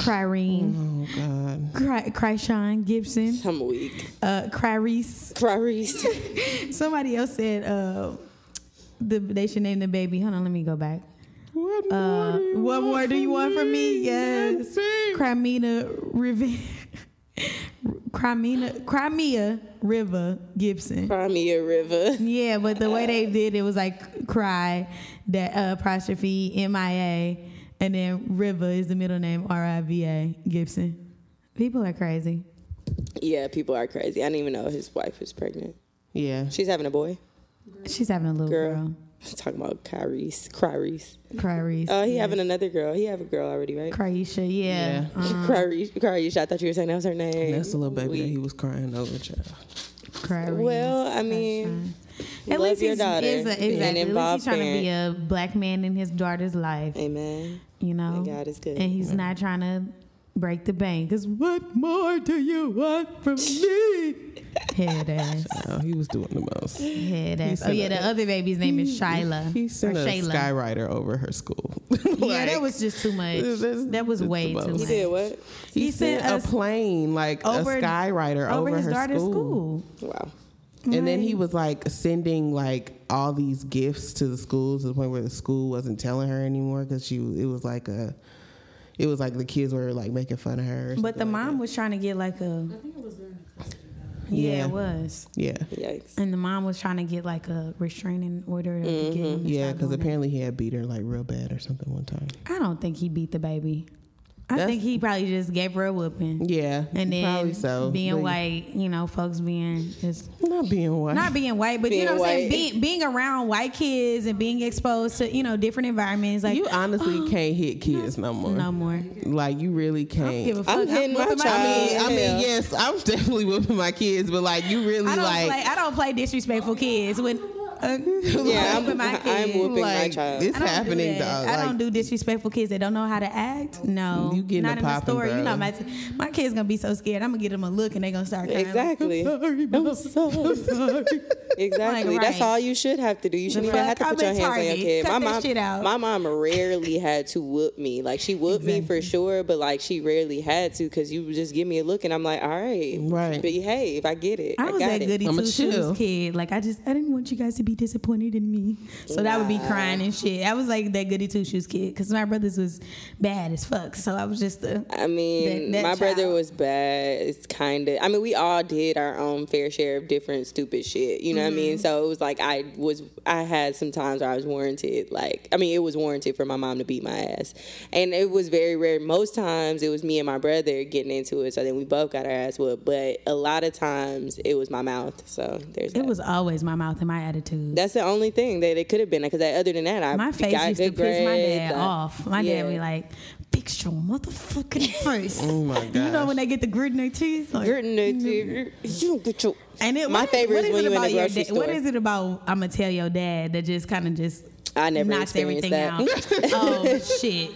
Speaker 3: Cryrene,
Speaker 2: Oh God.
Speaker 3: Cry, Cryshawn Gibson,
Speaker 1: i'm weak
Speaker 3: uh, Cryrese.
Speaker 1: Clarice.
Speaker 3: Somebody else said uh, the they should name the baby. Hold on, let me go back.
Speaker 2: What
Speaker 3: Uh, what more do you want from me? Yes, Crimea River, Crimea Crimea River Gibson.
Speaker 1: Crimea River.
Speaker 3: Yeah, but the way they did it was like cry that uh, apostrophe M I A, and then River is the middle name R I V A Gibson. People are crazy.
Speaker 1: Yeah, people are crazy. I didn't even know his wife was pregnant.
Speaker 2: Yeah.
Speaker 1: She's having a boy.
Speaker 3: She's having a little
Speaker 1: Girl.
Speaker 3: girl.
Speaker 1: talking about Kyrie's. Kyrie's.
Speaker 3: Kyrie.
Speaker 1: Oh, he having another girl. He have a girl already, right?
Speaker 3: Kreisha, yeah.
Speaker 2: Yeah.
Speaker 3: Um,
Speaker 1: Kyrie. Kyrie. I thought you were saying that was her name.
Speaker 2: Mm-hmm. That's the little baby that
Speaker 1: We-
Speaker 2: he was crying over, child.
Speaker 3: Kyrie.
Speaker 1: Well, I mean, love your
Speaker 3: he's-
Speaker 1: daughter
Speaker 3: is a-
Speaker 1: and
Speaker 3: exactly. At least
Speaker 1: involved
Speaker 3: he's trying to be a black man in his daughter's life,
Speaker 1: amen.
Speaker 3: you know.
Speaker 1: And God is good.
Speaker 3: And he's not trying to break the bank. Cause what more do you want from me? head ass,
Speaker 2: Oh, he was doing the most.
Speaker 3: head ass. Oh
Speaker 2: sent
Speaker 3: yeah,
Speaker 2: a-
Speaker 3: the other baby's name is Shyla
Speaker 2: He
Speaker 3: or
Speaker 2: sent a
Speaker 3: Shayla.
Speaker 2: skywriter over her school.
Speaker 3: yeah,
Speaker 2: Like,
Speaker 3: that was just too much.
Speaker 2: this- this-
Speaker 3: that was
Speaker 2: it's
Speaker 3: way
Speaker 2: the
Speaker 3: too
Speaker 2: most.
Speaker 3: much.
Speaker 1: He did what?
Speaker 2: he,
Speaker 3: he sent
Speaker 2: sent, a
Speaker 3: us
Speaker 2: plane like
Speaker 3: over-
Speaker 2: a skywriter over,
Speaker 3: over, his
Speaker 2: her
Speaker 3: daughter's school.
Speaker 1: Wow.
Speaker 2: And then he was like sending like all these gifts to the schools to the point where the school wasn't telling her anymore because she it was like a it was like the kids were like making fun of her.
Speaker 3: But
Speaker 2: or
Speaker 3: the
Speaker 2: something like
Speaker 3: mom was trying to get like a
Speaker 4: I think it was during the custody battle.
Speaker 3: yeah,
Speaker 2: Yeah.
Speaker 3: it was.
Speaker 2: that. yeah,
Speaker 1: Yikes.
Speaker 3: And the mom was trying to get like a restraining order. To get him to
Speaker 2: yeah,
Speaker 3: stop
Speaker 2: because
Speaker 3: doing
Speaker 2: apparently he had beat her like real bad or something one time.
Speaker 3: that. I don't think he beat the baby. I
Speaker 2: That's-
Speaker 3: think he probably just gave her a whooping.
Speaker 2: Yeah,
Speaker 3: And then
Speaker 2: probably so
Speaker 3: being
Speaker 2: But-
Speaker 3: white, you know, folks being just
Speaker 2: not being white,
Speaker 3: not being white, but you
Speaker 1: Being
Speaker 3: know what I'm saying,
Speaker 1: white.
Speaker 3: being, being around white kids and being exposed to you know different environments, like
Speaker 2: you honestly can't hit kids no, more.
Speaker 3: Oh. no more.
Speaker 2: Like you really
Speaker 3: I don't
Speaker 2: can't. Uh,
Speaker 3: give a fuck.
Speaker 1: I'm hitting my
Speaker 3: whooping
Speaker 1: child.
Speaker 3: kids.
Speaker 2: I mean,
Speaker 1: Yeah.
Speaker 2: yes, I'm definitely whooping my kids, but like you really
Speaker 3: I don't
Speaker 2: like
Speaker 3: play. I don't play disrespectful kids. When uh,
Speaker 1: Yeah, I'm,
Speaker 3: whooping my
Speaker 1: I'm
Speaker 3: kids.
Speaker 1: whooping my
Speaker 2: like
Speaker 1: child.
Speaker 2: it's
Speaker 3: I don't do
Speaker 2: happening,
Speaker 3: that.
Speaker 2: dog.
Speaker 3: I
Speaker 2: Like,
Speaker 3: don't do disrespectful kids that don't know how to act. No,
Speaker 2: You getting
Speaker 3: not
Speaker 2: a
Speaker 3: in the
Speaker 2: popping,
Speaker 3: story. You
Speaker 2: bro.
Speaker 3: know, my my kid's gonna be so scared. I'm gonna get them a look and they gonna start crying.
Speaker 1: Exactly.
Speaker 2: I'm sorry.
Speaker 1: Exactly.
Speaker 3: Like,
Speaker 1: That's
Speaker 3: right.
Speaker 1: all you should have to do. You shouldn't even
Speaker 3: fuck?
Speaker 1: have to put your
Speaker 3: I'm at
Speaker 1: hands on your
Speaker 3: Target.
Speaker 1: kid.
Speaker 3: Cut
Speaker 1: my
Speaker 3: that
Speaker 1: mom,
Speaker 3: shit out.
Speaker 1: my mom rarely had to whoop me. Like she whooped me for sure, but like she rarely had to because you would just give me a look and I'm like, all right,
Speaker 2: Right.
Speaker 1: behave. I get it. I,
Speaker 3: I was
Speaker 1: got
Speaker 3: that
Speaker 1: it.
Speaker 3: goody
Speaker 2: I'ma
Speaker 3: two
Speaker 2: chill.
Speaker 3: shoes kid. Like I just I didn't want you guys to be disappointed in me, so that would be
Speaker 1: Nah.
Speaker 3: crying and shit. I was like that goody two shoes kid because my brothers was bad as fuck. So I was just a
Speaker 1: I mean,
Speaker 3: That- that
Speaker 1: my brother
Speaker 3: child.
Speaker 1: was bad. It's kind of. I mean, we all did our own fair share of different stupid shit. You know what I
Speaker 3: Mm-hmm.
Speaker 1: mean? So it was like I was. I had some times where I was warranted. Like, I mean, it was warranted for my mom to beat my ass, and it was very rare. Most times it was me and my brother getting into it. So then we both got our ass whooped. But a lot of times it was my mouth. So there's.
Speaker 3: it
Speaker 1: that.
Speaker 3: was always my mouth and my attitude.
Speaker 1: That's the only thing that it could have been. Because other than that, I
Speaker 3: my face
Speaker 1: got
Speaker 3: used to
Speaker 1: good
Speaker 3: piss my dad
Speaker 1: grades. I-
Speaker 3: off. My
Speaker 1: Yeah.
Speaker 3: dad be like, "Fix your motherfucking face."
Speaker 2: Oh my god.
Speaker 3: You know when they get the grit in their teeth, like,
Speaker 1: You're in the- you don't get your.
Speaker 3: And it,
Speaker 1: My
Speaker 3: what
Speaker 1: favorite
Speaker 3: what
Speaker 1: is when
Speaker 3: it
Speaker 1: you in the
Speaker 3: about your
Speaker 1: grocery
Speaker 3: dad- What
Speaker 1: store.
Speaker 3: is it about? I'm gonna tell your dad that just kind of just
Speaker 1: I never
Speaker 3: knocks
Speaker 1: experienced
Speaker 3: everything out. oh shit!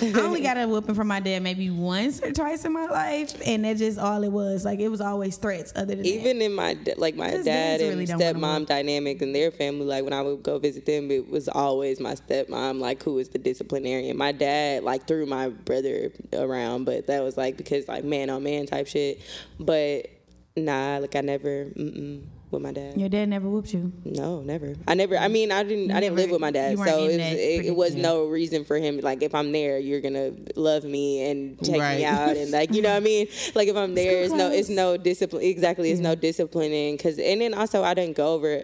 Speaker 3: I only got a whooping from my dad maybe once or twice in my life, and that's just all it was. Like it was always threats. Other than that.
Speaker 1: even in my da- like my
Speaker 3: Because
Speaker 1: dad
Speaker 3: dads
Speaker 1: and
Speaker 3: really don't wanna
Speaker 1: stepmom
Speaker 3: work.
Speaker 1: dynamic and their family like when i would go visit them it was always my stepmom like who was the disciplinarian my dad like threw my brother around but that was like because like man on man type shit but nah like i never mm-mm, with my dad
Speaker 3: your dad never whooped you.
Speaker 1: no never i never i mean i didn't i didn't
Speaker 3: never-
Speaker 1: live with my dad
Speaker 3: you weren't
Speaker 1: so
Speaker 3: in
Speaker 1: it was,
Speaker 3: that
Speaker 1: it, it was
Speaker 3: predicament.
Speaker 1: no reason for him like if i'm there you're gonna love me and take
Speaker 2: Right.
Speaker 1: me out and like you know what i mean like if i'm there it's no it's
Speaker 3: clothes.
Speaker 1: no no discipline exactly it's no disciplining because and then also i didn't go over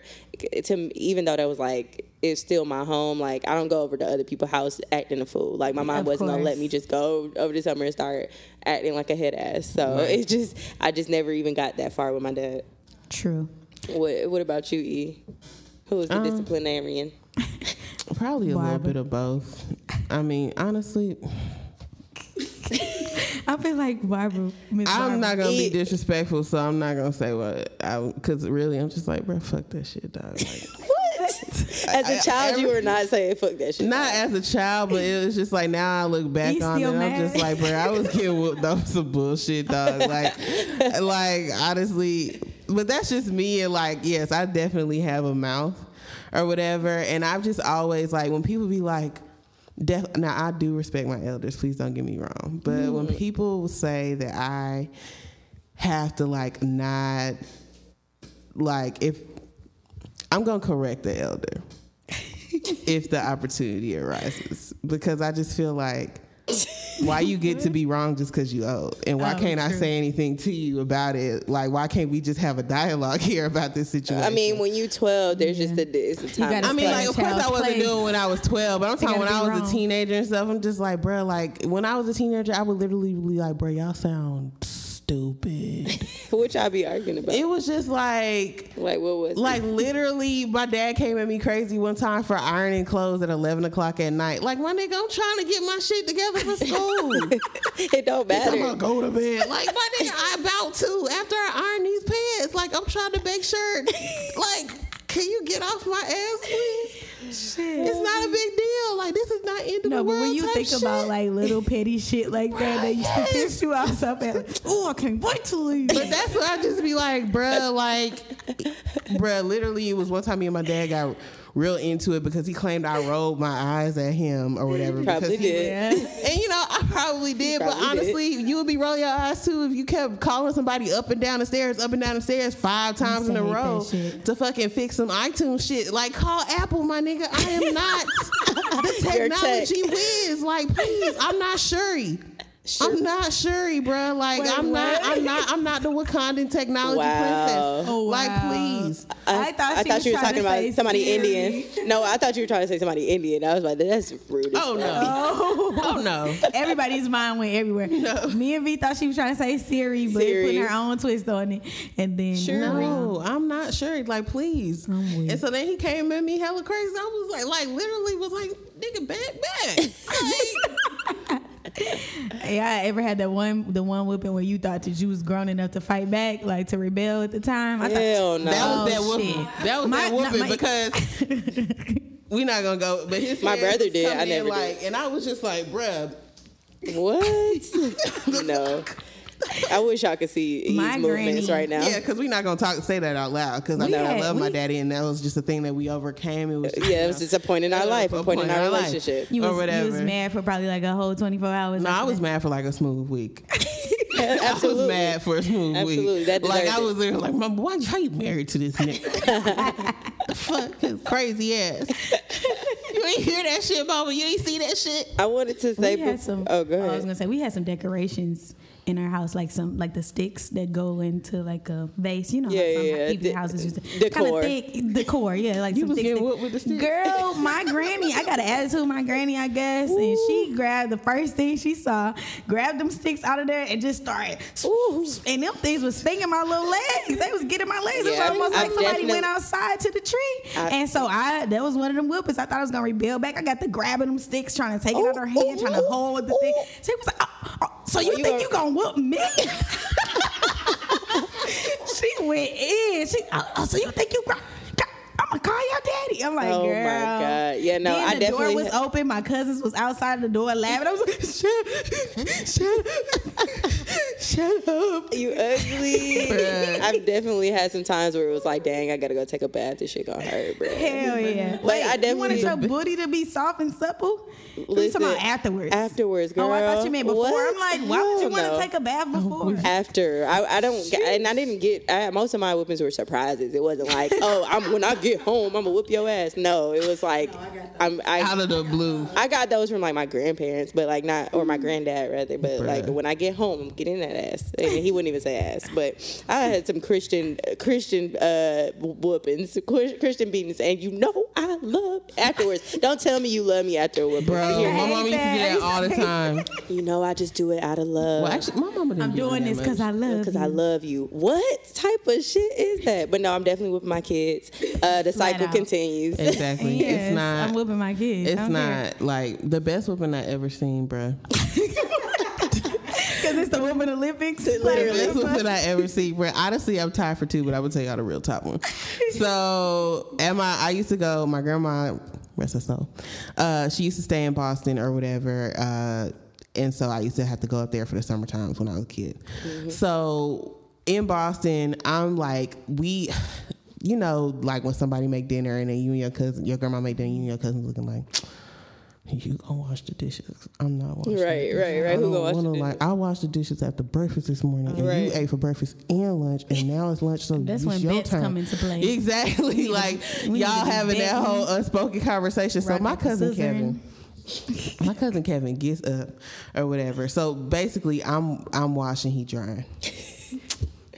Speaker 1: to even though that was like it's still my home like i don't go over to other people's house acting a fool like my mom
Speaker 3: Of
Speaker 1: wasn't gonna let
Speaker 3: course.
Speaker 1: me just go over the summer and start acting like a head ass so it just i just never even got that far with my dad
Speaker 3: True.
Speaker 1: what, what about you e who was the
Speaker 2: Um,
Speaker 1: disciplinarian
Speaker 2: Probably a little
Speaker 3: Barbara.
Speaker 2: bit of both. I mean, honestly,
Speaker 3: I feel like Barbara. Miss
Speaker 2: I'm
Speaker 3: Barbara.
Speaker 2: not gonna be
Speaker 1: It-
Speaker 2: disrespectful, so I'm not gonna say what I because really, I'm just like, bro, fuck that shit, dog. Like,
Speaker 1: what as a child you were not saying fuck that shit
Speaker 2: not as a child, but it was just like now I look back
Speaker 3: You
Speaker 2: on it,
Speaker 3: still
Speaker 2: I'm just
Speaker 3: mad?
Speaker 2: like, bro, I was getting whooped off some bullshit, dog. Like, like honestly, but that's just me. And like, yes, I definitely have a mouth or whatever, and I've just always like when people be like. Def- now I do respect my elders. Please don't get me wrong, but when
Speaker 1: Mm-hmm.
Speaker 2: people say that I have to like not like if I'm gonna correct the elder if the opportunity arises because I just feel like why you get to be wrong just because you old and why
Speaker 3: Oh,
Speaker 2: can't I
Speaker 3: true.
Speaker 2: say anything to you about it like why can't we just have a dialogue here about this situation
Speaker 1: i mean when you 12 there's just a it's a time
Speaker 3: gotta
Speaker 2: I mean,
Speaker 3: play
Speaker 2: like,
Speaker 3: the
Speaker 2: of course,
Speaker 3: child's
Speaker 2: I wasn't
Speaker 3: play.
Speaker 2: doing when I was twelve, but I'm talking when
Speaker 3: gotta
Speaker 2: I
Speaker 3: be
Speaker 2: was
Speaker 3: wrong.
Speaker 2: a teenager and stuff. I'm just like, bruh, like when I was a teenager, I would literally be like, bruh, y'all sound stupid.
Speaker 1: what y'all be arguing about?
Speaker 2: It was just like
Speaker 1: like what was it?
Speaker 2: like literally my dad came at me crazy one time for ironing clothes at 11 o'clock at night like my nigga i'm trying to get my shit together for school
Speaker 1: it don't
Speaker 2: i'm gonna
Speaker 1: matter.
Speaker 2: go to bed like my nigga i about to after i iron these pants like i'm trying to make sure like can you get off my ass please it's not a big deal like this is not end of
Speaker 3: No,
Speaker 2: the
Speaker 3: but
Speaker 2: world
Speaker 3: when you
Speaker 2: type
Speaker 3: think
Speaker 2: shit.
Speaker 3: about like little petty shit like that, that used to
Speaker 2: Yes.
Speaker 3: piss you off so bad. Oh, I can't wait to leave.
Speaker 2: But that's what I just be like, bruh, like, bruh, literally, it was one time me and my dad got real into it because he claimed I rolled my eyes at him or whatever.
Speaker 1: Probably
Speaker 2: because he-
Speaker 1: did.
Speaker 2: And you know, I probably did, but
Speaker 1: probably did.
Speaker 2: honestly, you would be rolling your eyes too if you kept calling somebody up and down the stairs, up and down the stairs five times in
Speaker 3: I
Speaker 2: a
Speaker 3: hate that
Speaker 2: row
Speaker 3: shit.
Speaker 2: to fucking fix some iTunes shit. Like, call Apple, my nigga. I am not the
Speaker 1: Your tech.
Speaker 2: technology whiz. Like, please, I'm not Shuri. I'm not Shuri, bruh. Like,
Speaker 3: Wait,
Speaker 2: I'm not.
Speaker 3: what?
Speaker 2: I'm not. I'm not the Wakandan technology
Speaker 1: Wow.
Speaker 2: princess.
Speaker 3: Oh,
Speaker 2: like,
Speaker 3: wow.
Speaker 2: please.
Speaker 3: I, thought she was
Speaker 1: you were
Speaker 3: trying
Speaker 1: talking
Speaker 3: to say
Speaker 1: about somebody
Speaker 3: scary.
Speaker 1: Indian. No, I thought you were trying to say somebody Indian. I was like, that's rude. as
Speaker 2: Oh
Speaker 1: fuck.
Speaker 2: no.
Speaker 3: Oh.
Speaker 2: Oh no.
Speaker 3: Everybody's mind went everywhere. Me and V thought she was trying to say Siri, but
Speaker 1: Siri.
Speaker 3: putting her own twist on it. And then
Speaker 2: No, I'm not sure. Like, please.
Speaker 3: I'm weak.
Speaker 2: And so then he came at me hella crazy. I was like, like literally was like, nigga, back back. Like,
Speaker 3: Yeah, I ever had that one the one whooping where you thought that you was grown enough to fight back, like to rebel at the time. I
Speaker 1: Hell no.
Speaker 2: that
Speaker 3: Oh,
Speaker 2: was that whooping.
Speaker 3: shit.
Speaker 2: That was
Speaker 3: My-
Speaker 2: that
Speaker 3: not
Speaker 2: whooping
Speaker 3: my-
Speaker 2: because we not gonna go. But his
Speaker 1: My
Speaker 2: parents
Speaker 1: brother did.
Speaker 2: come
Speaker 1: I
Speaker 2: in,
Speaker 1: never did.
Speaker 2: like, and I was just like, bruh.
Speaker 1: What? no. I wish y'all could see his
Speaker 3: My
Speaker 1: movements
Speaker 3: granny-
Speaker 1: right now.
Speaker 2: Yeah, because we're not gonna talk say that out loud. Because I
Speaker 3: We
Speaker 2: know I
Speaker 3: had-
Speaker 2: love my
Speaker 3: we-
Speaker 2: daddy, and that was just a thing that we overcame. It was just,
Speaker 1: Yeah, it was just a point in our
Speaker 2: Yeah,
Speaker 1: life, a point in our
Speaker 2: life.
Speaker 1: relationship.
Speaker 3: You
Speaker 2: Or
Speaker 3: was, you was
Speaker 2: whatever.
Speaker 3: mad for probably like a whole 24 hours.
Speaker 2: No, I
Speaker 3: after
Speaker 2: was
Speaker 3: that.
Speaker 2: mad for like a smooth week.
Speaker 1: Absolutely.
Speaker 2: I was mad for a smooth
Speaker 1: Absolutely.
Speaker 2: week.
Speaker 1: That
Speaker 2: like I
Speaker 1: deserved it.
Speaker 2: was there, like, Mom, why how you married to this nigga? the fuck, his crazy ass. you ain't hear that shit, Mama. You ain't see that shit.
Speaker 1: I wanted to say.
Speaker 3: We had some.
Speaker 1: oh, go ahead.
Speaker 3: I was gonna say we had some decorations in our house, like some like the sticks that go into like a vase. You know,
Speaker 1: Yeah,
Speaker 3: how some
Speaker 1: yeah, yeah.
Speaker 3: Hebrew
Speaker 1: De-
Speaker 3: houses used to
Speaker 1: decor.
Speaker 3: kind of thick decor. Yeah, like
Speaker 2: You
Speaker 3: some
Speaker 2: was
Speaker 3: thick
Speaker 2: getting
Speaker 3: stick-
Speaker 2: whooped with the sticks.
Speaker 3: Girl, my granny, I got an attitude. My granny, I guess, and she grabbed the first thing she saw, grabbed them sticks out of there, and just started. And them things was stinging my little legs. They was getting my legs. It was
Speaker 1: Yeah,
Speaker 3: almost
Speaker 1: I
Speaker 3: like somebody
Speaker 1: definitely-
Speaker 3: went outside to the tree.
Speaker 1: I-
Speaker 3: and so I, that was one of them whoopers. I thought I was gonna rebel back. I got the grabbing them sticks, trying to take it out of her hand, trying to hold the thing. She was like, "Oh, oh, "So you
Speaker 1: Well, you
Speaker 3: think
Speaker 1: are-
Speaker 3: you gonna whoop me?" she went in. She, "Oh, oh, so you think you? I'm gonna call your daddy. I'm like,
Speaker 1: Oh, my
Speaker 3: girl.
Speaker 1: God. Yeah, no,
Speaker 3: Then
Speaker 1: I
Speaker 3: the
Speaker 1: definitely
Speaker 3: door was
Speaker 1: ha-
Speaker 3: open. My cousins was outside the door laughing. I was like, shut, shut, shut up.
Speaker 1: You ugly. I've definitely had some times where it was like, dang, I gotta go take a bath. This shit gonna hurt, bro.
Speaker 3: Hell yeah.
Speaker 1: Like,
Speaker 3: Wait,
Speaker 1: I
Speaker 3: you
Speaker 1: definitely-
Speaker 3: wanted your booty to be soft and supple? Listen,
Speaker 1: Listen,
Speaker 3: talking about afterwards.
Speaker 1: afterwards,
Speaker 3: Oh, I thought you
Speaker 1: girl.
Speaker 3: meant before.
Speaker 1: What?
Speaker 3: I'm like, why would you
Speaker 1: Hell
Speaker 3: want to
Speaker 1: no.
Speaker 3: take a bath before?
Speaker 1: After I, I don't, and I didn't get I, most of my whippings were surprises. It wasn't like, oh, I'm when I get home, I'm gonna whip your ass. No, it was like,
Speaker 4: I got
Speaker 1: I'm, I,
Speaker 2: Out of the blue.
Speaker 1: I got those from like my grandparents, but like not or my granddad rather. But like
Speaker 2: Mm. Bruh.
Speaker 1: when I get home, I'm getting that ass, and he wouldn't even say ass. But I had some Christian Christian uh, whoopings, Christian beatings, and you know I love afterwards. Don't tell me you love me after a whooping.
Speaker 2: Bro,
Speaker 1: You-
Speaker 2: my mama used to do that all the time.
Speaker 1: You know I just do it out of love.
Speaker 2: Well, actually, my mama didn't
Speaker 3: I'm
Speaker 2: do it
Speaker 3: doing
Speaker 2: that
Speaker 3: this because
Speaker 2: much.
Speaker 3: I love
Speaker 1: because
Speaker 3: you.
Speaker 1: I love you. What type of shit is that? But no, I'm definitely with my kids. Uh, the
Speaker 3: Flat
Speaker 1: cycle
Speaker 3: out.
Speaker 1: continues.
Speaker 2: Exactly.
Speaker 3: Yes,
Speaker 2: it's not.
Speaker 3: I'm whooping my kids.
Speaker 2: it's not like the best whooping I ever seen, bruh.
Speaker 3: Because it's the Women Olympics.
Speaker 2: This one that I ever see. Where honestly, I'm tired for two, but I would tell y'all the real top one. So, am I? I used to go. My grandma, rest her soul. Uh, she used to stay in Boston or whatever, uh, and so I used to have to go up there for the summer times when I was a kid.
Speaker 1: Mm-hmm.
Speaker 2: So in Boston, I'm like we. You know, like when somebody make dinner and then you and your cousin, your grandma make dinner, you and your cousin looking like, you gonna wash the dishes? I'm not washing. the
Speaker 1: Right, right,
Speaker 2: dishes.
Speaker 1: right.
Speaker 2: I
Speaker 1: Who
Speaker 2: don't
Speaker 1: gonna wash the
Speaker 2: wanna,
Speaker 1: dishes?
Speaker 2: like, I washed the dishes after breakfast this morning, and
Speaker 1: Right.
Speaker 2: you ate for breakfast and lunch, and now it's lunch, so
Speaker 3: That's
Speaker 2: it's
Speaker 3: when
Speaker 2: your
Speaker 3: bets
Speaker 2: turn.
Speaker 3: come into play.
Speaker 2: Exactly, like
Speaker 3: we need
Speaker 2: y'all
Speaker 3: to be
Speaker 2: having that
Speaker 3: betting.
Speaker 2: whole unspoken conversation. So
Speaker 3: Rock,
Speaker 2: my
Speaker 3: paper,
Speaker 2: cousin
Speaker 3: scissors.
Speaker 2: Kevin, my cousin Kevin gets up or whatever. So basically, I'm I'm washing, he drying.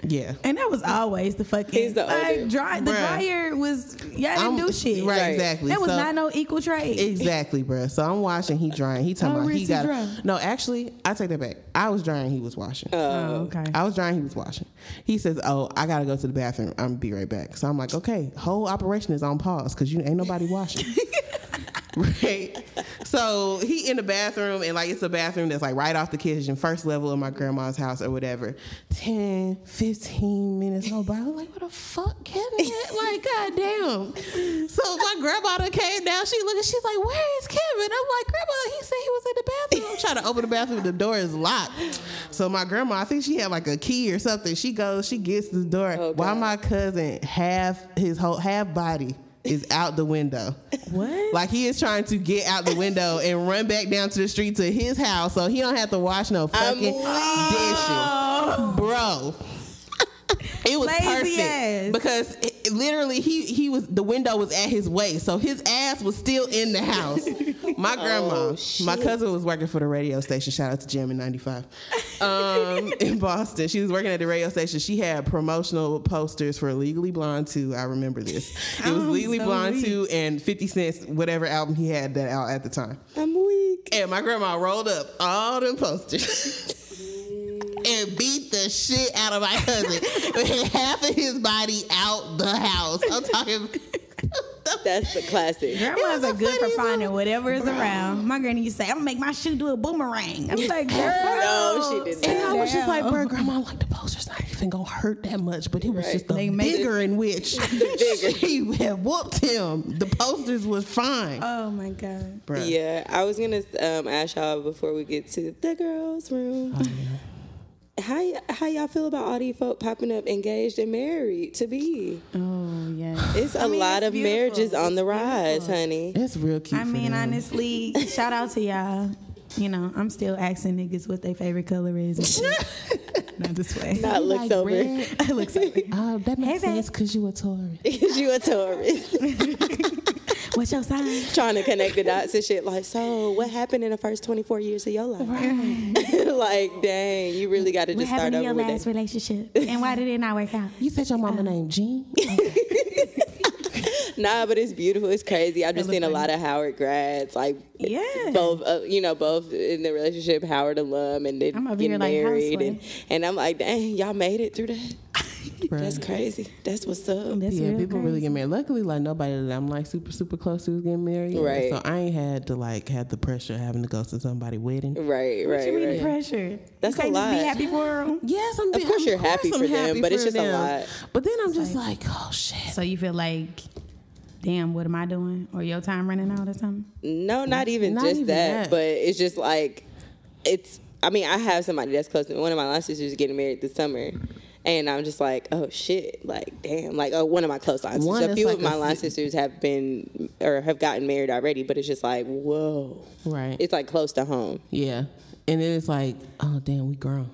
Speaker 2: Yeah.
Speaker 3: And that was always the fucking.
Speaker 1: He's the older.
Speaker 3: like, dry, the
Speaker 2: Bruh.
Speaker 3: dryer was y'all didn't
Speaker 2: I'm-
Speaker 3: do shit.
Speaker 2: Right,
Speaker 1: Right.
Speaker 2: exactly.
Speaker 3: That was
Speaker 2: So-
Speaker 3: not no equal trade.
Speaker 2: Exactly, bruh. So I'm washing, he drying. He talking
Speaker 3: Oh,
Speaker 2: about he
Speaker 3: Reese, he
Speaker 2: got
Speaker 3: drying.
Speaker 2: No, actually, I take that back. I was drying, he was washing.
Speaker 3: Oh, okay.
Speaker 2: I was drying, he was washing. He says, "Oh, I gotta go to the bathroom. I'm gonna be right back." So I'm like, "Okay, whole operation is on pause because you ain't nobody washing." right. So he in the bathroom and like it's a bathroom that's like right off the kitchen, first level of my grandma's house or whatever. 10, 15 minutes go by. I'm like, what the fuck, Kevin? like, goddamn. So my grandma done came down. She looking. She's like, where is Kevin? I'm like, grandma. He said he was in the bathroom. I'm trying to open the bathroom. The door is locked. So my grandma, I think she had like a key or something. She goes, she gets the door.
Speaker 1: Oh,
Speaker 2: Why
Speaker 1: God.
Speaker 2: my cousin half his whole half body is out the window.
Speaker 3: What?
Speaker 2: Like he is trying to get out the window and run back down to the street to his house, so he don't have to wash no fucking
Speaker 3: Oh.
Speaker 2: dishes, bro. It was
Speaker 3: Lazy
Speaker 2: perfect
Speaker 3: ass.
Speaker 2: because it, it literally he he was the window was at his waist, so his ass was still in the house.
Speaker 3: Oh,
Speaker 2: My grandma, my cousin was working for the radio station. Shout out to Jim in '95 um, in Boston. She was working at the radio station. She had promotional posters for Legally Blonde 2. I remember this. It was
Speaker 3: I'm
Speaker 2: Legally
Speaker 3: so
Speaker 2: Blonde
Speaker 3: weak.
Speaker 2: 2 and 50 Cent's whatever album he had that out at the time.
Speaker 1: I'm weak.
Speaker 2: And my grandma rolled up all them posters and beat the shit out of my cousin. With half of his body out the house. I'm talking.
Speaker 1: That's the classic.
Speaker 2: It was
Speaker 3: Grandmas
Speaker 2: the
Speaker 3: are good for
Speaker 2: funniest
Speaker 3: finding whatever is around. My granny used to say, "I'm gonna make my shoe do a boomerang." I'm like, "Girl,
Speaker 1: No, she did
Speaker 2: And I
Speaker 1: not.
Speaker 2: was just like,
Speaker 3: Damn.
Speaker 2: bro, grandma, like the poster's not even gonna hurt that much, but it was
Speaker 1: Right.
Speaker 2: just the
Speaker 3: They made it-
Speaker 2: bigger in which she had whooped him. The posters was fine,
Speaker 3: Oh my god.
Speaker 2: bro.
Speaker 1: Yeah, I was gonna um, ask y'all before we get to the girls'
Speaker 3: Oh,
Speaker 1: room. How y- how y'all feel about all these folk popping up engaged and married to be?
Speaker 3: Oh yeah.
Speaker 1: It's a
Speaker 3: mean,
Speaker 1: lot
Speaker 3: it's
Speaker 1: of
Speaker 3: beautiful.
Speaker 1: marriages on
Speaker 3: It's
Speaker 1: the rise, honey.
Speaker 2: It's real cute.
Speaker 3: I
Speaker 2: for
Speaker 3: mean,
Speaker 2: them.
Speaker 3: honestly, shout out to y'all. You know, I'm still asking niggas what their favorite color is. and shit. Not this way.
Speaker 1: Not
Speaker 2: You
Speaker 1: looks
Speaker 2: like
Speaker 1: over
Speaker 2: red?
Speaker 3: I look like,
Speaker 2: Oh, that makes
Speaker 3: Hey, babe.
Speaker 2: sense because you a Taurus.
Speaker 1: because you a Taurus,
Speaker 3: what's your sign?
Speaker 1: trying to connect the dots and shit. Like, so what happened in the first twenty four years of your life?
Speaker 3: Right.
Speaker 1: like, dang, you really got to
Speaker 3: What
Speaker 1: just start
Speaker 3: happened in
Speaker 1: over
Speaker 3: your
Speaker 1: with
Speaker 3: last
Speaker 1: that.
Speaker 3: relationship? And why did it not work out?
Speaker 2: You said your
Speaker 3: Uh,
Speaker 2: mama named Jean.
Speaker 1: Nah, but it's beautiful. It's crazy. I've just seen a lot of Howard grads, like
Speaker 3: Yeah.
Speaker 1: both uh, you know, both in the relationship, Howard alum, and then
Speaker 3: I'm over
Speaker 1: getting
Speaker 3: here like
Speaker 1: married, and,
Speaker 3: housewife.
Speaker 1: and I'm like, dang, y'all made it through that.
Speaker 2: Bruh.
Speaker 1: That's crazy. That's what's up.
Speaker 3: That's
Speaker 2: yeah,
Speaker 3: real
Speaker 2: people really
Speaker 3: crazy.
Speaker 2: get married. Luckily, like nobody that I'm like super super close to is getting married.
Speaker 1: Right.
Speaker 2: So I ain't had to like have the pressure of having to go to somebody's wedding.
Speaker 1: Right,
Speaker 3: What you mean
Speaker 1: right, right.
Speaker 3: pressure?
Speaker 1: That's
Speaker 3: you can't
Speaker 1: a lot.
Speaker 3: just be happy for 'em?
Speaker 2: Yes, I'm.
Speaker 1: Of course you're happy for them, but it's
Speaker 2: for
Speaker 1: just a lot.
Speaker 2: But then I'm just like, oh shit.
Speaker 3: So you feel like, damn, what am I doing? Or your time running out or something?
Speaker 1: No, not even
Speaker 2: Not
Speaker 1: just
Speaker 2: even
Speaker 1: that,
Speaker 2: that.
Speaker 1: but it's just like it's. I mean, I have somebody that's close to me. One of my line sisters is getting married this summer. And I'm just like, oh shit, like damn, like oh, one of my close line
Speaker 2: One
Speaker 1: sisters. A
Speaker 2: is
Speaker 1: few
Speaker 2: like
Speaker 1: of my
Speaker 2: a
Speaker 1: line
Speaker 2: si-
Speaker 1: sisters have been or have gotten married already, but it's just like, whoa,
Speaker 2: Right.
Speaker 1: it's like close to home.
Speaker 2: yeah. And then it's like, oh damn, we grown.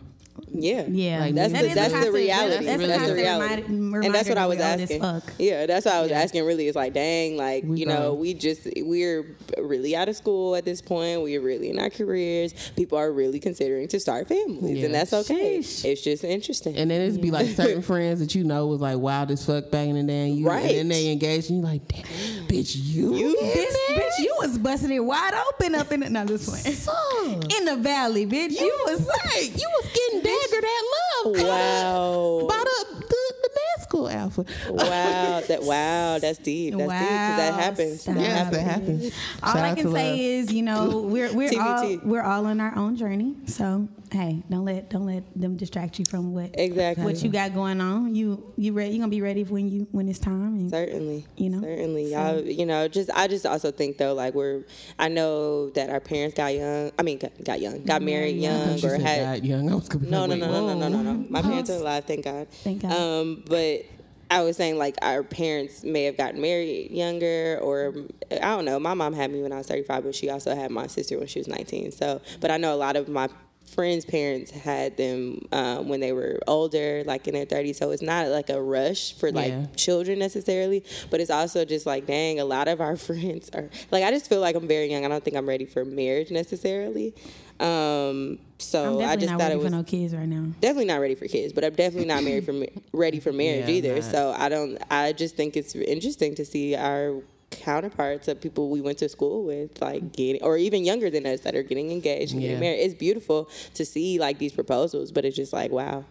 Speaker 1: Yeah,
Speaker 3: Yeah.
Speaker 1: Like, that's
Speaker 3: That
Speaker 1: the,
Speaker 3: is a
Speaker 1: that's the
Speaker 3: constant-
Speaker 1: reality. That's,
Speaker 3: that's a
Speaker 1: the
Speaker 3: constant
Speaker 1: reality,
Speaker 3: remind-
Speaker 1: and that's
Speaker 3: reminder
Speaker 1: what I
Speaker 3: that
Speaker 1: was
Speaker 3: we old as
Speaker 1: asking.
Speaker 3: fuck.
Speaker 1: Yeah, that's what I was asking. Really, it's like, dang, like
Speaker 2: We
Speaker 1: you know,
Speaker 2: grown.
Speaker 1: we just we're really out of school at this point. We're really in our careers. People are really considering to start families,
Speaker 2: Yeah.
Speaker 1: and that's okay.
Speaker 3: Sheesh.
Speaker 1: It's just interesting.
Speaker 2: And then it'd be like certain friends that you know was like wild as fuck back in the day. And you,
Speaker 1: Right.
Speaker 2: And then they engaged, and you like, damn, bitch, you,
Speaker 1: You
Speaker 2: get
Speaker 3: Bitch,
Speaker 2: married?
Speaker 3: bitch, you was busting it wide open up in the no, this one.
Speaker 2: Son.
Speaker 3: In the valley, bitch. You was
Speaker 2: right. You was getting daggered at love.
Speaker 1: Wow.
Speaker 2: By the, the, the med school alpha.
Speaker 1: wow, that wow, that's deep. That's deep because that
Speaker 3: Wow,
Speaker 1: happens.
Speaker 3: stop.
Speaker 1: That
Speaker 3: Yes,
Speaker 1: happens.
Speaker 3: that
Speaker 2: happens.
Speaker 3: all I can say is, you know, we're we're all
Speaker 1: TBT.
Speaker 3: we're all on our own journey. So hey, don't let don't let them distract you from what
Speaker 1: Exactly.
Speaker 3: what you got going on. You you ready? You gonna be ready when you when it's time. And
Speaker 1: Certainly,
Speaker 3: You know?
Speaker 1: certainly, y'all. You know, just I just also think though, like we're. I know that our parents got young. I mean, got, got young, got married young,
Speaker 2: She
Speaker 1: or
Speaker 2: said
Speaker 1: had
Speaker 2: died young. I was gonna be
Speaker 1: No,
Speaker 2: like,
Speaker 1: no,
Speaker 2: wait,
Speaker 1: no, no, no, no, no, no. My parents are
Speaker 3: Pause.
Speaker 1: alive, thank God.
Speaker 3: Thank God.
Speaker 1: Um, but I was saying like our parents may have gotten married younger, or I don't know. My mom had me when I was 35, but she also had my sister when she was 19. So, but I know a lot of my friends' parents had them um, when they were older, like in their 30s. So it's not like a rush for like
Speaker 2: Yeah.
Speaker 1: children necessarily, but it's also just like, dang, a lot of our friends are like, I just feel like I'm very young. I don't think I'm ready for marriage necessarily. Um,
Speaker 3: I'm
Speaker 1: so
Speaker 3: definitely
Speaker 1: I just
Speaker 3: not
Speaker 1: thought
Speaker 3: ready
Speaker 1: it
Speaker 3: for
Speaker 1: was
Speaker 3: no kids right now.
Speaker 1: definitely not ready for kids, but I'm definitely not married for ready for marriage
Speaker 2: Yeah,
Speaker 1: either.
Speaker 2: not.
Speaker 1: So I don't. I just think it's interesting to see our counterparts of people we went to school with, like getting, or even younger than us that are getting engaged and
Speaker 2: Yeah.
Speaker 1: getting married. It's beautiful to see like these proposals, but it's just like wow,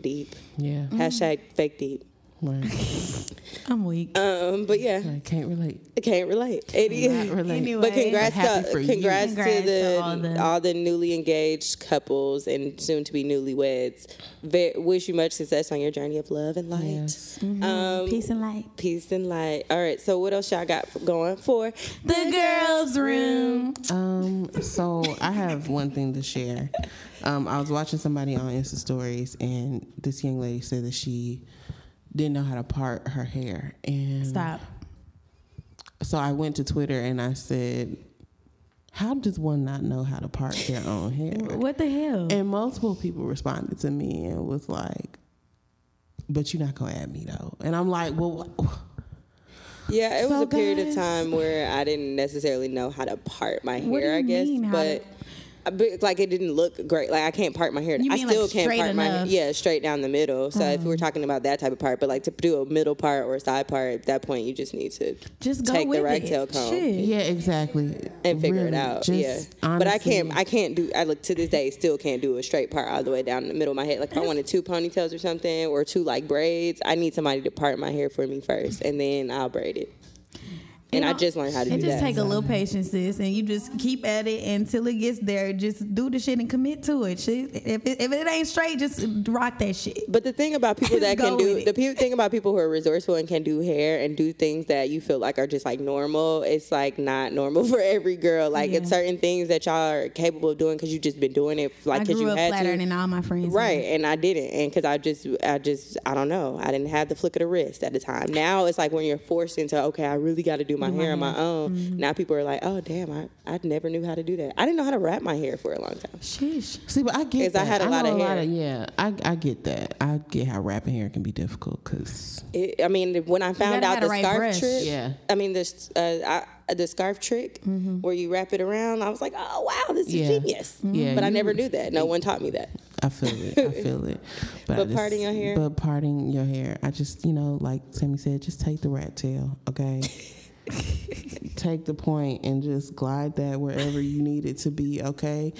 Speaker 1: deep.
Speaker 2: Yeah.
Speaker 1: Hashtag fake deep.
Speaker 2: Right.
Speaker 3: I'm weak.
Speaker 1: Um, but yeah,
Speaker 2: I can't relate.
Speaker 1: I can't relate. It is.
Speaker 2: Not relate.
Speaker 3: Anyway.
Speaker 1: But congrats,
Speaker 2: But happy
Speaker 1: to,
Speaker 2: for you.
Speaker 1: congrats,
Speaker 3: Congrats
Speaker 1: to the
Speaker 3: to all
Speaker 1: all
Speaker 3: the-
Speaker 1: the, newly engaged couples and soon to be newlyweds. Ve- wish you much success on your journey of love and light.
Speaker 2: Yes.
Speaker 1: Um,
Speaker 3: Mm-hmm. Peace and light.
Speaker 1: peace and light. All right, so what else y'all got f- going for?
Speaker 3: The girls' room.
Speaker 2: Um, so I have one thing to share. Um, I was watching somebody on Insta stories, and this young lady said that she didn't know how to part her hair. And
Speaker 3: Stop.
Speaker 2: So I went to Twitter and I said, "How does one not know how to part their own hair?"
Speaker 3: What the hell?
Speaker 1: Mm-hmm.
Speaker 2: And multiple people responded to me and was like, "But you're not gonna add me though." And I'm like, "Well, wh-
Speaker 1: Yeah, it was
Speaker 2: So,
Speaker 1: a period
Speaker 2: guys-
Speaker 1: of time where I didn't necessarily know how to part my hair.
Speaker 3: What do
Speaker 1: I
Speaker 3: you
Speaker 1: guess,
Speaker 3: mean, how
Speaker 1: but.
Speaker 3: to-
Speaker 1: I be- Like it didn't look great. Like I can't part my hair.
Speaker 3: You
Speaker 1: I
Speaker 3: mean,
Speaker 1: still
Speaker 3: like,
Speaker 1: can't
Speaker 3: straight
Speaker 1: part my hair.
Speaker 3: enough? Oh.
Speaker 1: Yeah, straight down the middle. So if we're talking about that type of part, but like to do a middle part or a side part, at that point you just need to
Speaker 3: Just go
Speaker 1: take
Speaker 3: with
Speaker 1: the
Speaker 3: it.
Speaker 1: ragtail comb.
Speaker 3: Shit.
Speaker 2: yeah, exactly."
Speaker 1: and figure it
Speaker 2: Really,
Speaker 1: out.
Speaker 2: just
Speaker 1: yeah, but I
Speaker 2: honestly-
Speaker 1: can't. I can't do. I look to this day still can't do a straight part all the way down the middle of my head. Like if I wanted two ponytails or something, or two like braids, I need somebody to part my hair for me first, and then I'll braid it. And
Speaker 3: You
Speaker 1: I
Speaker 3: know,
Speaker 1: just learned how to
Speaker 3: It
Speaker 1: do
Speaker 3: just
Speaker 1: that.
Speaker 3: take a little patience, sis, and you just keep at it until it gets there. Just do the shit and commit to it. Shit. If it, if it ain't straight, just rock that shit.
Speaker 1: but the thing about people that
Speaker 3: Go
Speaker 1: can do
Speaker 3: with
Speaker 1: the
Speaker 3: it.
Speaker 1: pe- thing about people who are resourceful and can do hair and do things that you feel like are just like normal, it's like not normal for every girl. Like
Speaker 3: Yeah.
Speaker 1: it's certain things that y'all are capable of doing because you just been doing it like
Speaker 3: I
Speaker 1: because
Speaker 3: grew
Speaker 1: you
Speaker 3: up
Speaker 1: had to.
Speaker 3: flattering and all my friends.
Speaker 1: Right, and I didn't, and because I just, I just, I don't know, I didn't have the flick of the wrist at the time. Now it's like when you're forced into, okay, I really got to do my hair on my own.
Speaker 3: Mm-hmm.
Speaker 1: Now people are like, oh damn, I, I never knew how to do that. I didn't know how to wrap my hair for a long time.
Speaker 3: Sheesh.
Speaker 2: See, but I get
Speaker 1: 'Cause I had
Speaker 2: that.
Speaker 1: a lot
Speaker 2: know
Speaker 1: of hair.
Speaker 2: yeah, I, I get that. I get how wrapping hair can be difficult because
Speaker 1: It, I mean, when I found
Speaker 3: gotta have
Speaker 1: out
Speaker 3: the
Speaker 1: the
Speaker 3: right
Speaker 1: scarf
Speaker 3: brush.
Speaker 1: trick,
Speaker 2: Yeah.
Speaker 1: I mean this, uh, I, the scarf trick
Speaker 3: Mm-hmm.
Speaker 1: where you wrap it around, I was like, oh wow, this is
Speaker 2: Yeah.
Speaker 1: genius.
Speaker 2: Yeah,
Speaker 3: Mm-hmm.
Speaker 1: but I
Speaker 2: you-
Speaker 1: never knew that. No one taught me that.
Speaker 2: I feel it. I feel it. I
Speaker 1: But parting your hair?
Speaker 2: But parting your hair. I just, you know, like Sammy said, just take the rat tail, okay? take the point and just glide that wherever you need it to be, okay?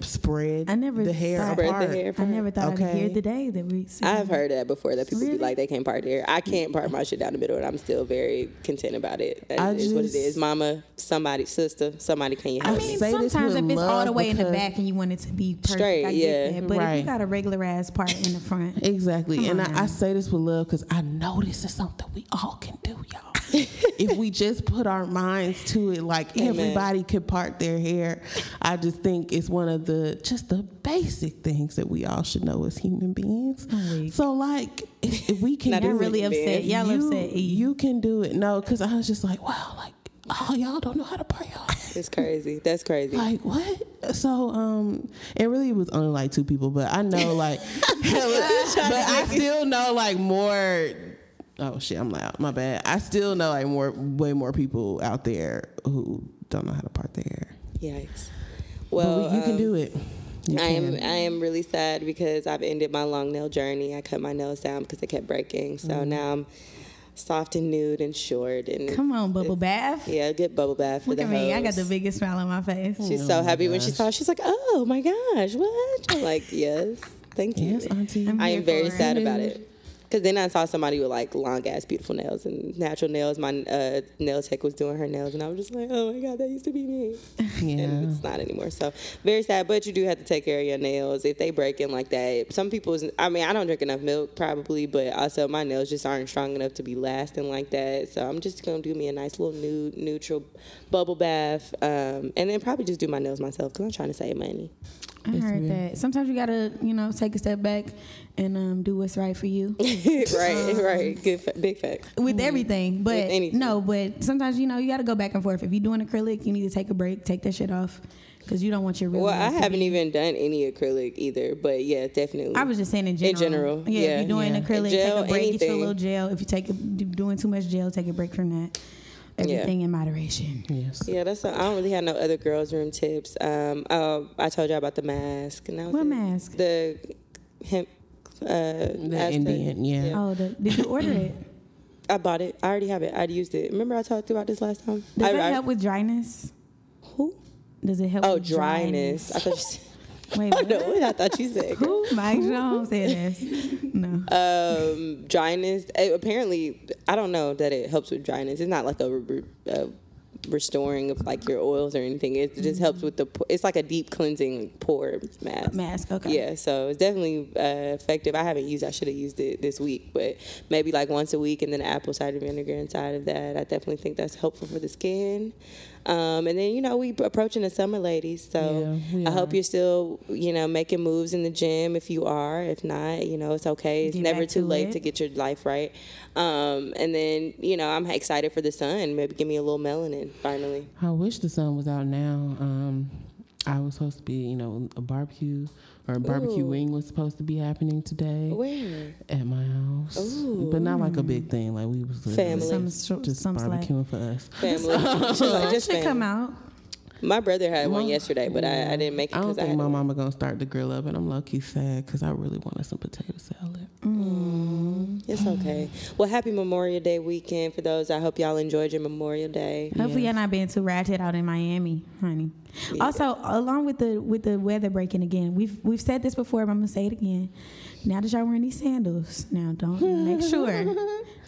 Speaker 2: Spread
Speaker 3: I never
Speaker 2: the hair
Speaker 3: thought-
Speaker 1: Spread the
Speaker 2: apart.
Speaker 1: hair.
Speaker 3: I never thought I'd
Speaker 2: Okay.
Speaker 3: hear the day that we.
Speaker 1: I've heard that before that people
Speaker 3: Really?
Speaker 1: be like they can't part their
Speaker 2: Mm.
Speaker 1: I can't part my shit down the middle and I'm still very content about it. That
Speaker 2: I
Speaker 1: is what it
Speaker 2: just-
Speaker 1: is. Mama, somebody, sister, somebody can you
Speaker 3: I
Speaker 1: help me?
Speaker 3: mean,
Speaker 2: say this
Speaker 3: sometimes
Speaker 2: with
Speaker 3: if it's all
Speaker 2: love
Speaker 3: the way in the
Speaker 2: because-
Speaker 3: back and you want it to be perfect,
Speaker 1: Straight,
Speaker 3: I
Speaker 1: yeah.
Speaker 3: get that. But if you
Speaker 2: Right.
Speaker 3: got a regular ass part in the front,
Speaker 2: Exactly.
Speaker 3: Come
Speaker 2: and
Speaker 3: on
Speaker 2: I,
Speaker 3: now.
Speaker 2: I say this with love because I know this is something we all can do, y'all. if we just put our minds to it, like
Speaker 1: Amen.
Speaker 2: everybody could part their hair. I just think it's one of the just the basic things that we all should know as human beings.
Speaker 3: I'm weak.
Speaker 2: So like if, if we can
Speaker 1: Not
Speaker 2: do
Speaker 3: y'all
Speaker 1: is
Speaker 2: it,
Speaker 3: really
Speaker 1: it, man?
Speaker 3: upset. Y'all
Speaker 2: you,
Speaker 3: upset. E.
Speaker 2: you can do it. No, because I was just like, wow, like oh y'all don't know how to part y'all hair.
Speaker 1: It's crazy. That's crazy.
Speaker 2: Like what? So um, it really was only like two people, but I know like, but I still know like more. Oh shit, I'm loud. My bad. I still know like more, way more people out there who don't know how to part their hair.
Speaker 1: Yikes.
Speaker 2: But
Speaker 1: Well,
Speaker 2: we- you can
Speaker 1: um,
Speaker 2: do it. You
Speaker 1: I am
Speaker 2: can.
Speaker 1: I am really sad because I've ended my long nail journey. I cut my nails down because they kept breaking.
Speaker 2: Mm.
Speaker 1: So now I'm soft and nude and short and
Speaker 3: Come on, bubble bath.
Speaker 1: yeah, good bubble bath for
Speaker 3: Look
Speaker 1: the
Speaker 3: at me. I got the
Speaker 1: hoes.
Speaker 3: biggest smile on my face.
Speaker 1: She's
Speaker 2: Oh
Speaker 1: so
Speaker 2: my
Speaker 1: happy when she
Speaker 2: gosh.
Speaker 1: saw. it. She's like, "Oh my gosh, what?" I'm like, "Yes, thank you."
Speaker 2: Yes, auntie.
Speaker 3: I'm
Speaker 1: I
Speaker 3: here
Speaker 1: am very
Speaker 3: for it.
Speaker 1: sad about it. Cause then I saw somebody with like long ass beautiful nails and natural nails. My uh, nail tech was doing her nails, and I was just like, "Oh my god, that used to be me," and
Speaker 2: Yeah.
Speaker 1: it's not anymore. So very sad. But you do have to take care of your nails if they break in like that. Some people's, I mean, I don't drink enough milk probably, but also my nails just aren't strong enough to be lasting like that. So I'm just gonna do me a nice little nude, neutral bubble bath, um, and then probably just do my nails myself because I'm trying to save money.
Speaker 3: I heard that. Sometimes you gotta, you know, take a step back and um, do what's right for you
Speaker 1: right, right. Good, fa- big facts.
Speaker 3: with everything. But
Speaker 1: With anything.
Speaker 3: no, but sometimes you know you gotta go back and forth. If you're doing acrylic, you need to take a break, take that shit off, because you don't want your real.
Speaker 1: Well, I
Speaker 3: nails to
Speaker 1: haven't
Speaker 3: be-
Speaker 1: even done any acrylic either, but yeah, definitely.
Speaker 3: I was just saying in general.
Speaker 1: general,
Speaker 3: yeah.
Speaker 1: yeah.
Speaker 3: If you're doing
Speaker 2: Yeah.
Speaker 3: acrylic,
Speaker 1: Gel,
Speaker 3: take a break. Get your
Speaker 1: anything.
Speaker 3: little gel. If you take a, doing too much gel, take a break from that. Everything in moderation.
Speaker 2: Yes.
Speaker 1: yeah, that's. I I don't really have no other girls' room tips. Um, oh, I told y'all about the mask. And that was
Speaker 3: What
Speaker 1: it.
Speaker 3: mask?
Speaker 1: The hemp. Uh,
Speaker 2: The
Speaker 1: the
Speaker 2: Indian, yeah.
Speaker 3: Oh, the, did you order it?
Speaker 1: I bought it. I already have it. I used it. Remember I talked about this last time.
Speaker 3: Does
Speaker 1: I,
Speaker 3: that
Speaker 1: I-
Speaker 3: help with dryness?
Speaker 1: Who?
Speaker 3: Does it help?
Speaker 1: Oh,
Speaker 3: with
Speaker 1: dryness. I thought you said.
Speaker 3: Wait,
Speaker 1: I
Speaker 3: what?
Speaker 1: don't know what I thought you said.
Speaker 3: Who? Mike Jones said this. No.
Speaker 1: um dryness eh, apparently i don't know that it helps with dryness it's not like a, re- a restoring of like your oils or anything it just helps with the po- it's like a deep cleansing pore mask
Speaker 3: Mask. Okay.
Speaker 1: yeah so it's definitely uh, effective i haven't used i should have used it this week but maybe like once a week and then apple cider vinegar inside of that i definitely think that's helpful for the skin um, and then you know we approaching the summer ladies so
Speaker 2: Yeah, we
Speaker 1: i hope
Speaker 2: are.
Speaker 1: you're still you know making moves in the gym if you are if not you know it's okay it's
Speaker 3: Get
Speaker 1: never
Speaker 3: back
Speaker 1: too
Speaker 3: to
Speaker 1: late
Speaker 3: it.
Speaker 1: to get your life right um, and then you know i'm excited for the sun maybe give me a little melanin finally
Speaker 2: I wish the sun was out now. Um, I was supposed to be, you know, a barbecue or a barbecue
Speaker 1: Ooh.
Speaker 2: wing was supposed to be happening today
Speaker 1: where
Speaker 2: at my house, but not like a big thing. Like we was literally
Speaker 1: Family.
Speaker 3: Some sort-
Speaker 2: just
Speaker 3: some slack.
Speaker 2: barbecuing for us.
Speaker 1: family She's
Speaker 3: The
Speaker 1: like,
Speaker 3: sun
Speaker 1: just
Speaker 3: should
Speaker 1: family.
Speaker 3: come out.
Speaker 1: My brother had one
Speaker 2: Well,
Speaker 1: yesterday, but I, I didn't make it
Speaker 2: I don't
Speaker 1: because I,
Speaker 2: think
Speaker 1: had
Speaker 2: my mama gonna start the grill up, and I'm low key sad because I really wanted some potato salad.
Speaker 1: It's okay. Well, happy Memorial Day weekend for those. I hope y'all enjoyed your Memorial Day.
Speaker 3: Hopefully, you're not being too ratchet out in Miami, honey. Also, along with the with the weather breaking again, we've we've said this before, but I'm gonna say it again. Now that y'all wearing these sandals, now don't make sure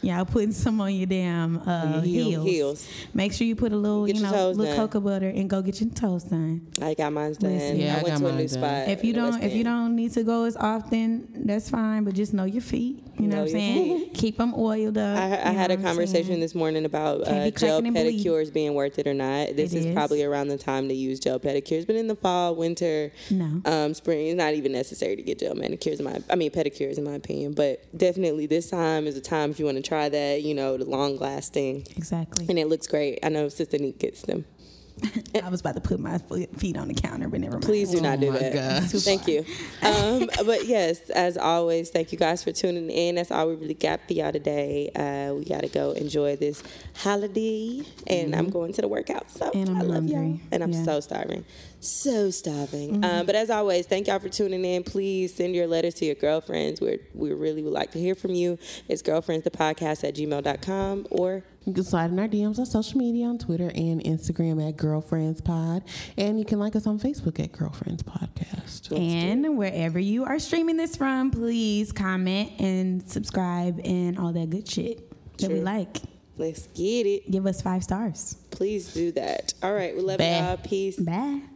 Speaker 3: y'all putting some on your damn uh,
Speaker 1: Heel-
Speaker 3: heels.
Speaker 1: heels.
Speaker 3: Make sure you put a little,
Speaker 1: Get
Speaker 3: you
Speaker 1: your
Speaker 3: know,
Speaker 1: toes
Speaker 3: little
Speaker 1: done.
Speaker 3: cocoa butter and go get your toes done.
Speaker 1: I got mine done.
Speaker 3: Listen.
Speaker 2: Yeah, I
Speaker 1: I went
Speaker 2: got
Speaker 1: to a
Speaker 2: mine
Speaker 1: new
Speaker 2: done.
Speaker 1: spot.
Speaker 3: If you
Speaker 1: in the
Speaker 3: don't,
Speaker 1: West
Speaker 3: if you
Speaker 1: End.
Speaker 3: don't need to go as often, that's fine. But just know your feet. You know,
Speaker 1: Know
Speaker 3: what I'm
Speaker 1: your
Speaker 3: saying. Keep them oiled up.
Speaker 1: I, I
Speaker 3: you
Speaker 1: had
Speaker 3: know
Speaker 1: a
Speaker 3: what I'm
Speaker 1: conversation
Speaker 3: saying?
Speaker 1: this morning about
Speaker 3: Can't
Speaker 1: uh,
Speaker 3: be
Speaker 1: gel
Speaker 3: cracking and bleeding.
Speaker 1: pedicures being worth it or not. This
Speaker 3: It
Speaker 1: is
Speaker 3: is.
Speaker 1: probably around the time to use gel pedicures, but in the fall, winter,
Speaker 3: No.
Speaker 1: um, spring, it's not even necessary to get gel manicures. In my, I mean pedicures, in my opinion, but definitely this time is the time if you want to try that. You know, the long lasting,
Speaker 3: exactly.
Speaker 1: and it looks great. I know Sister Neat gets them.
Speaker 3: I was about to put my fo- feet on the counter, but never mind.
Speaker 1: Please do not
Speaker 3: Oh
Speaker 1: do
Speaker 2: my
Speaker 1: that.
Speaker 2: gosh.
Speaker 1: Thank you. Um, but yes, as always, thank you guys for tuning in. That's all we really got for y'all today. Uh, we got to go enjoy this holiday, and I'm going to the workout. So
Speaker 3: Mm-hmm. And I'm
Speaker 1: I love y'all,
Speaker 3: hungry.
Speaker 1: and I'm
Speaker 3: Yeah. Mm-hmm.
Speaker 1: so starving, so starving. Um, but as always, thank y'all for tuning in. Please send your letters to your girlfriends. We we really would like to hear from you. It's girlfriendsthepodcast at gmail.com or
Speaker 2: You can slide in our DMs on social media on Twitter and Instagram at Girlfriends Pod, and you can like us on Facebook at Girlfriends Podcast.
Speaker 3: And wherever you are streaming this from, please comment and subscribe and all that good shit that we
Speaker 1: Sure.
Speaker 3: like.
Speaker 1: let's get it.
Speaker 3: Give us five stars.
Speaker 1: Please do that. All right, we love
Speaker 2: Bye.
Speaker 1: y'all. Peace.
Speaker 3: Bye.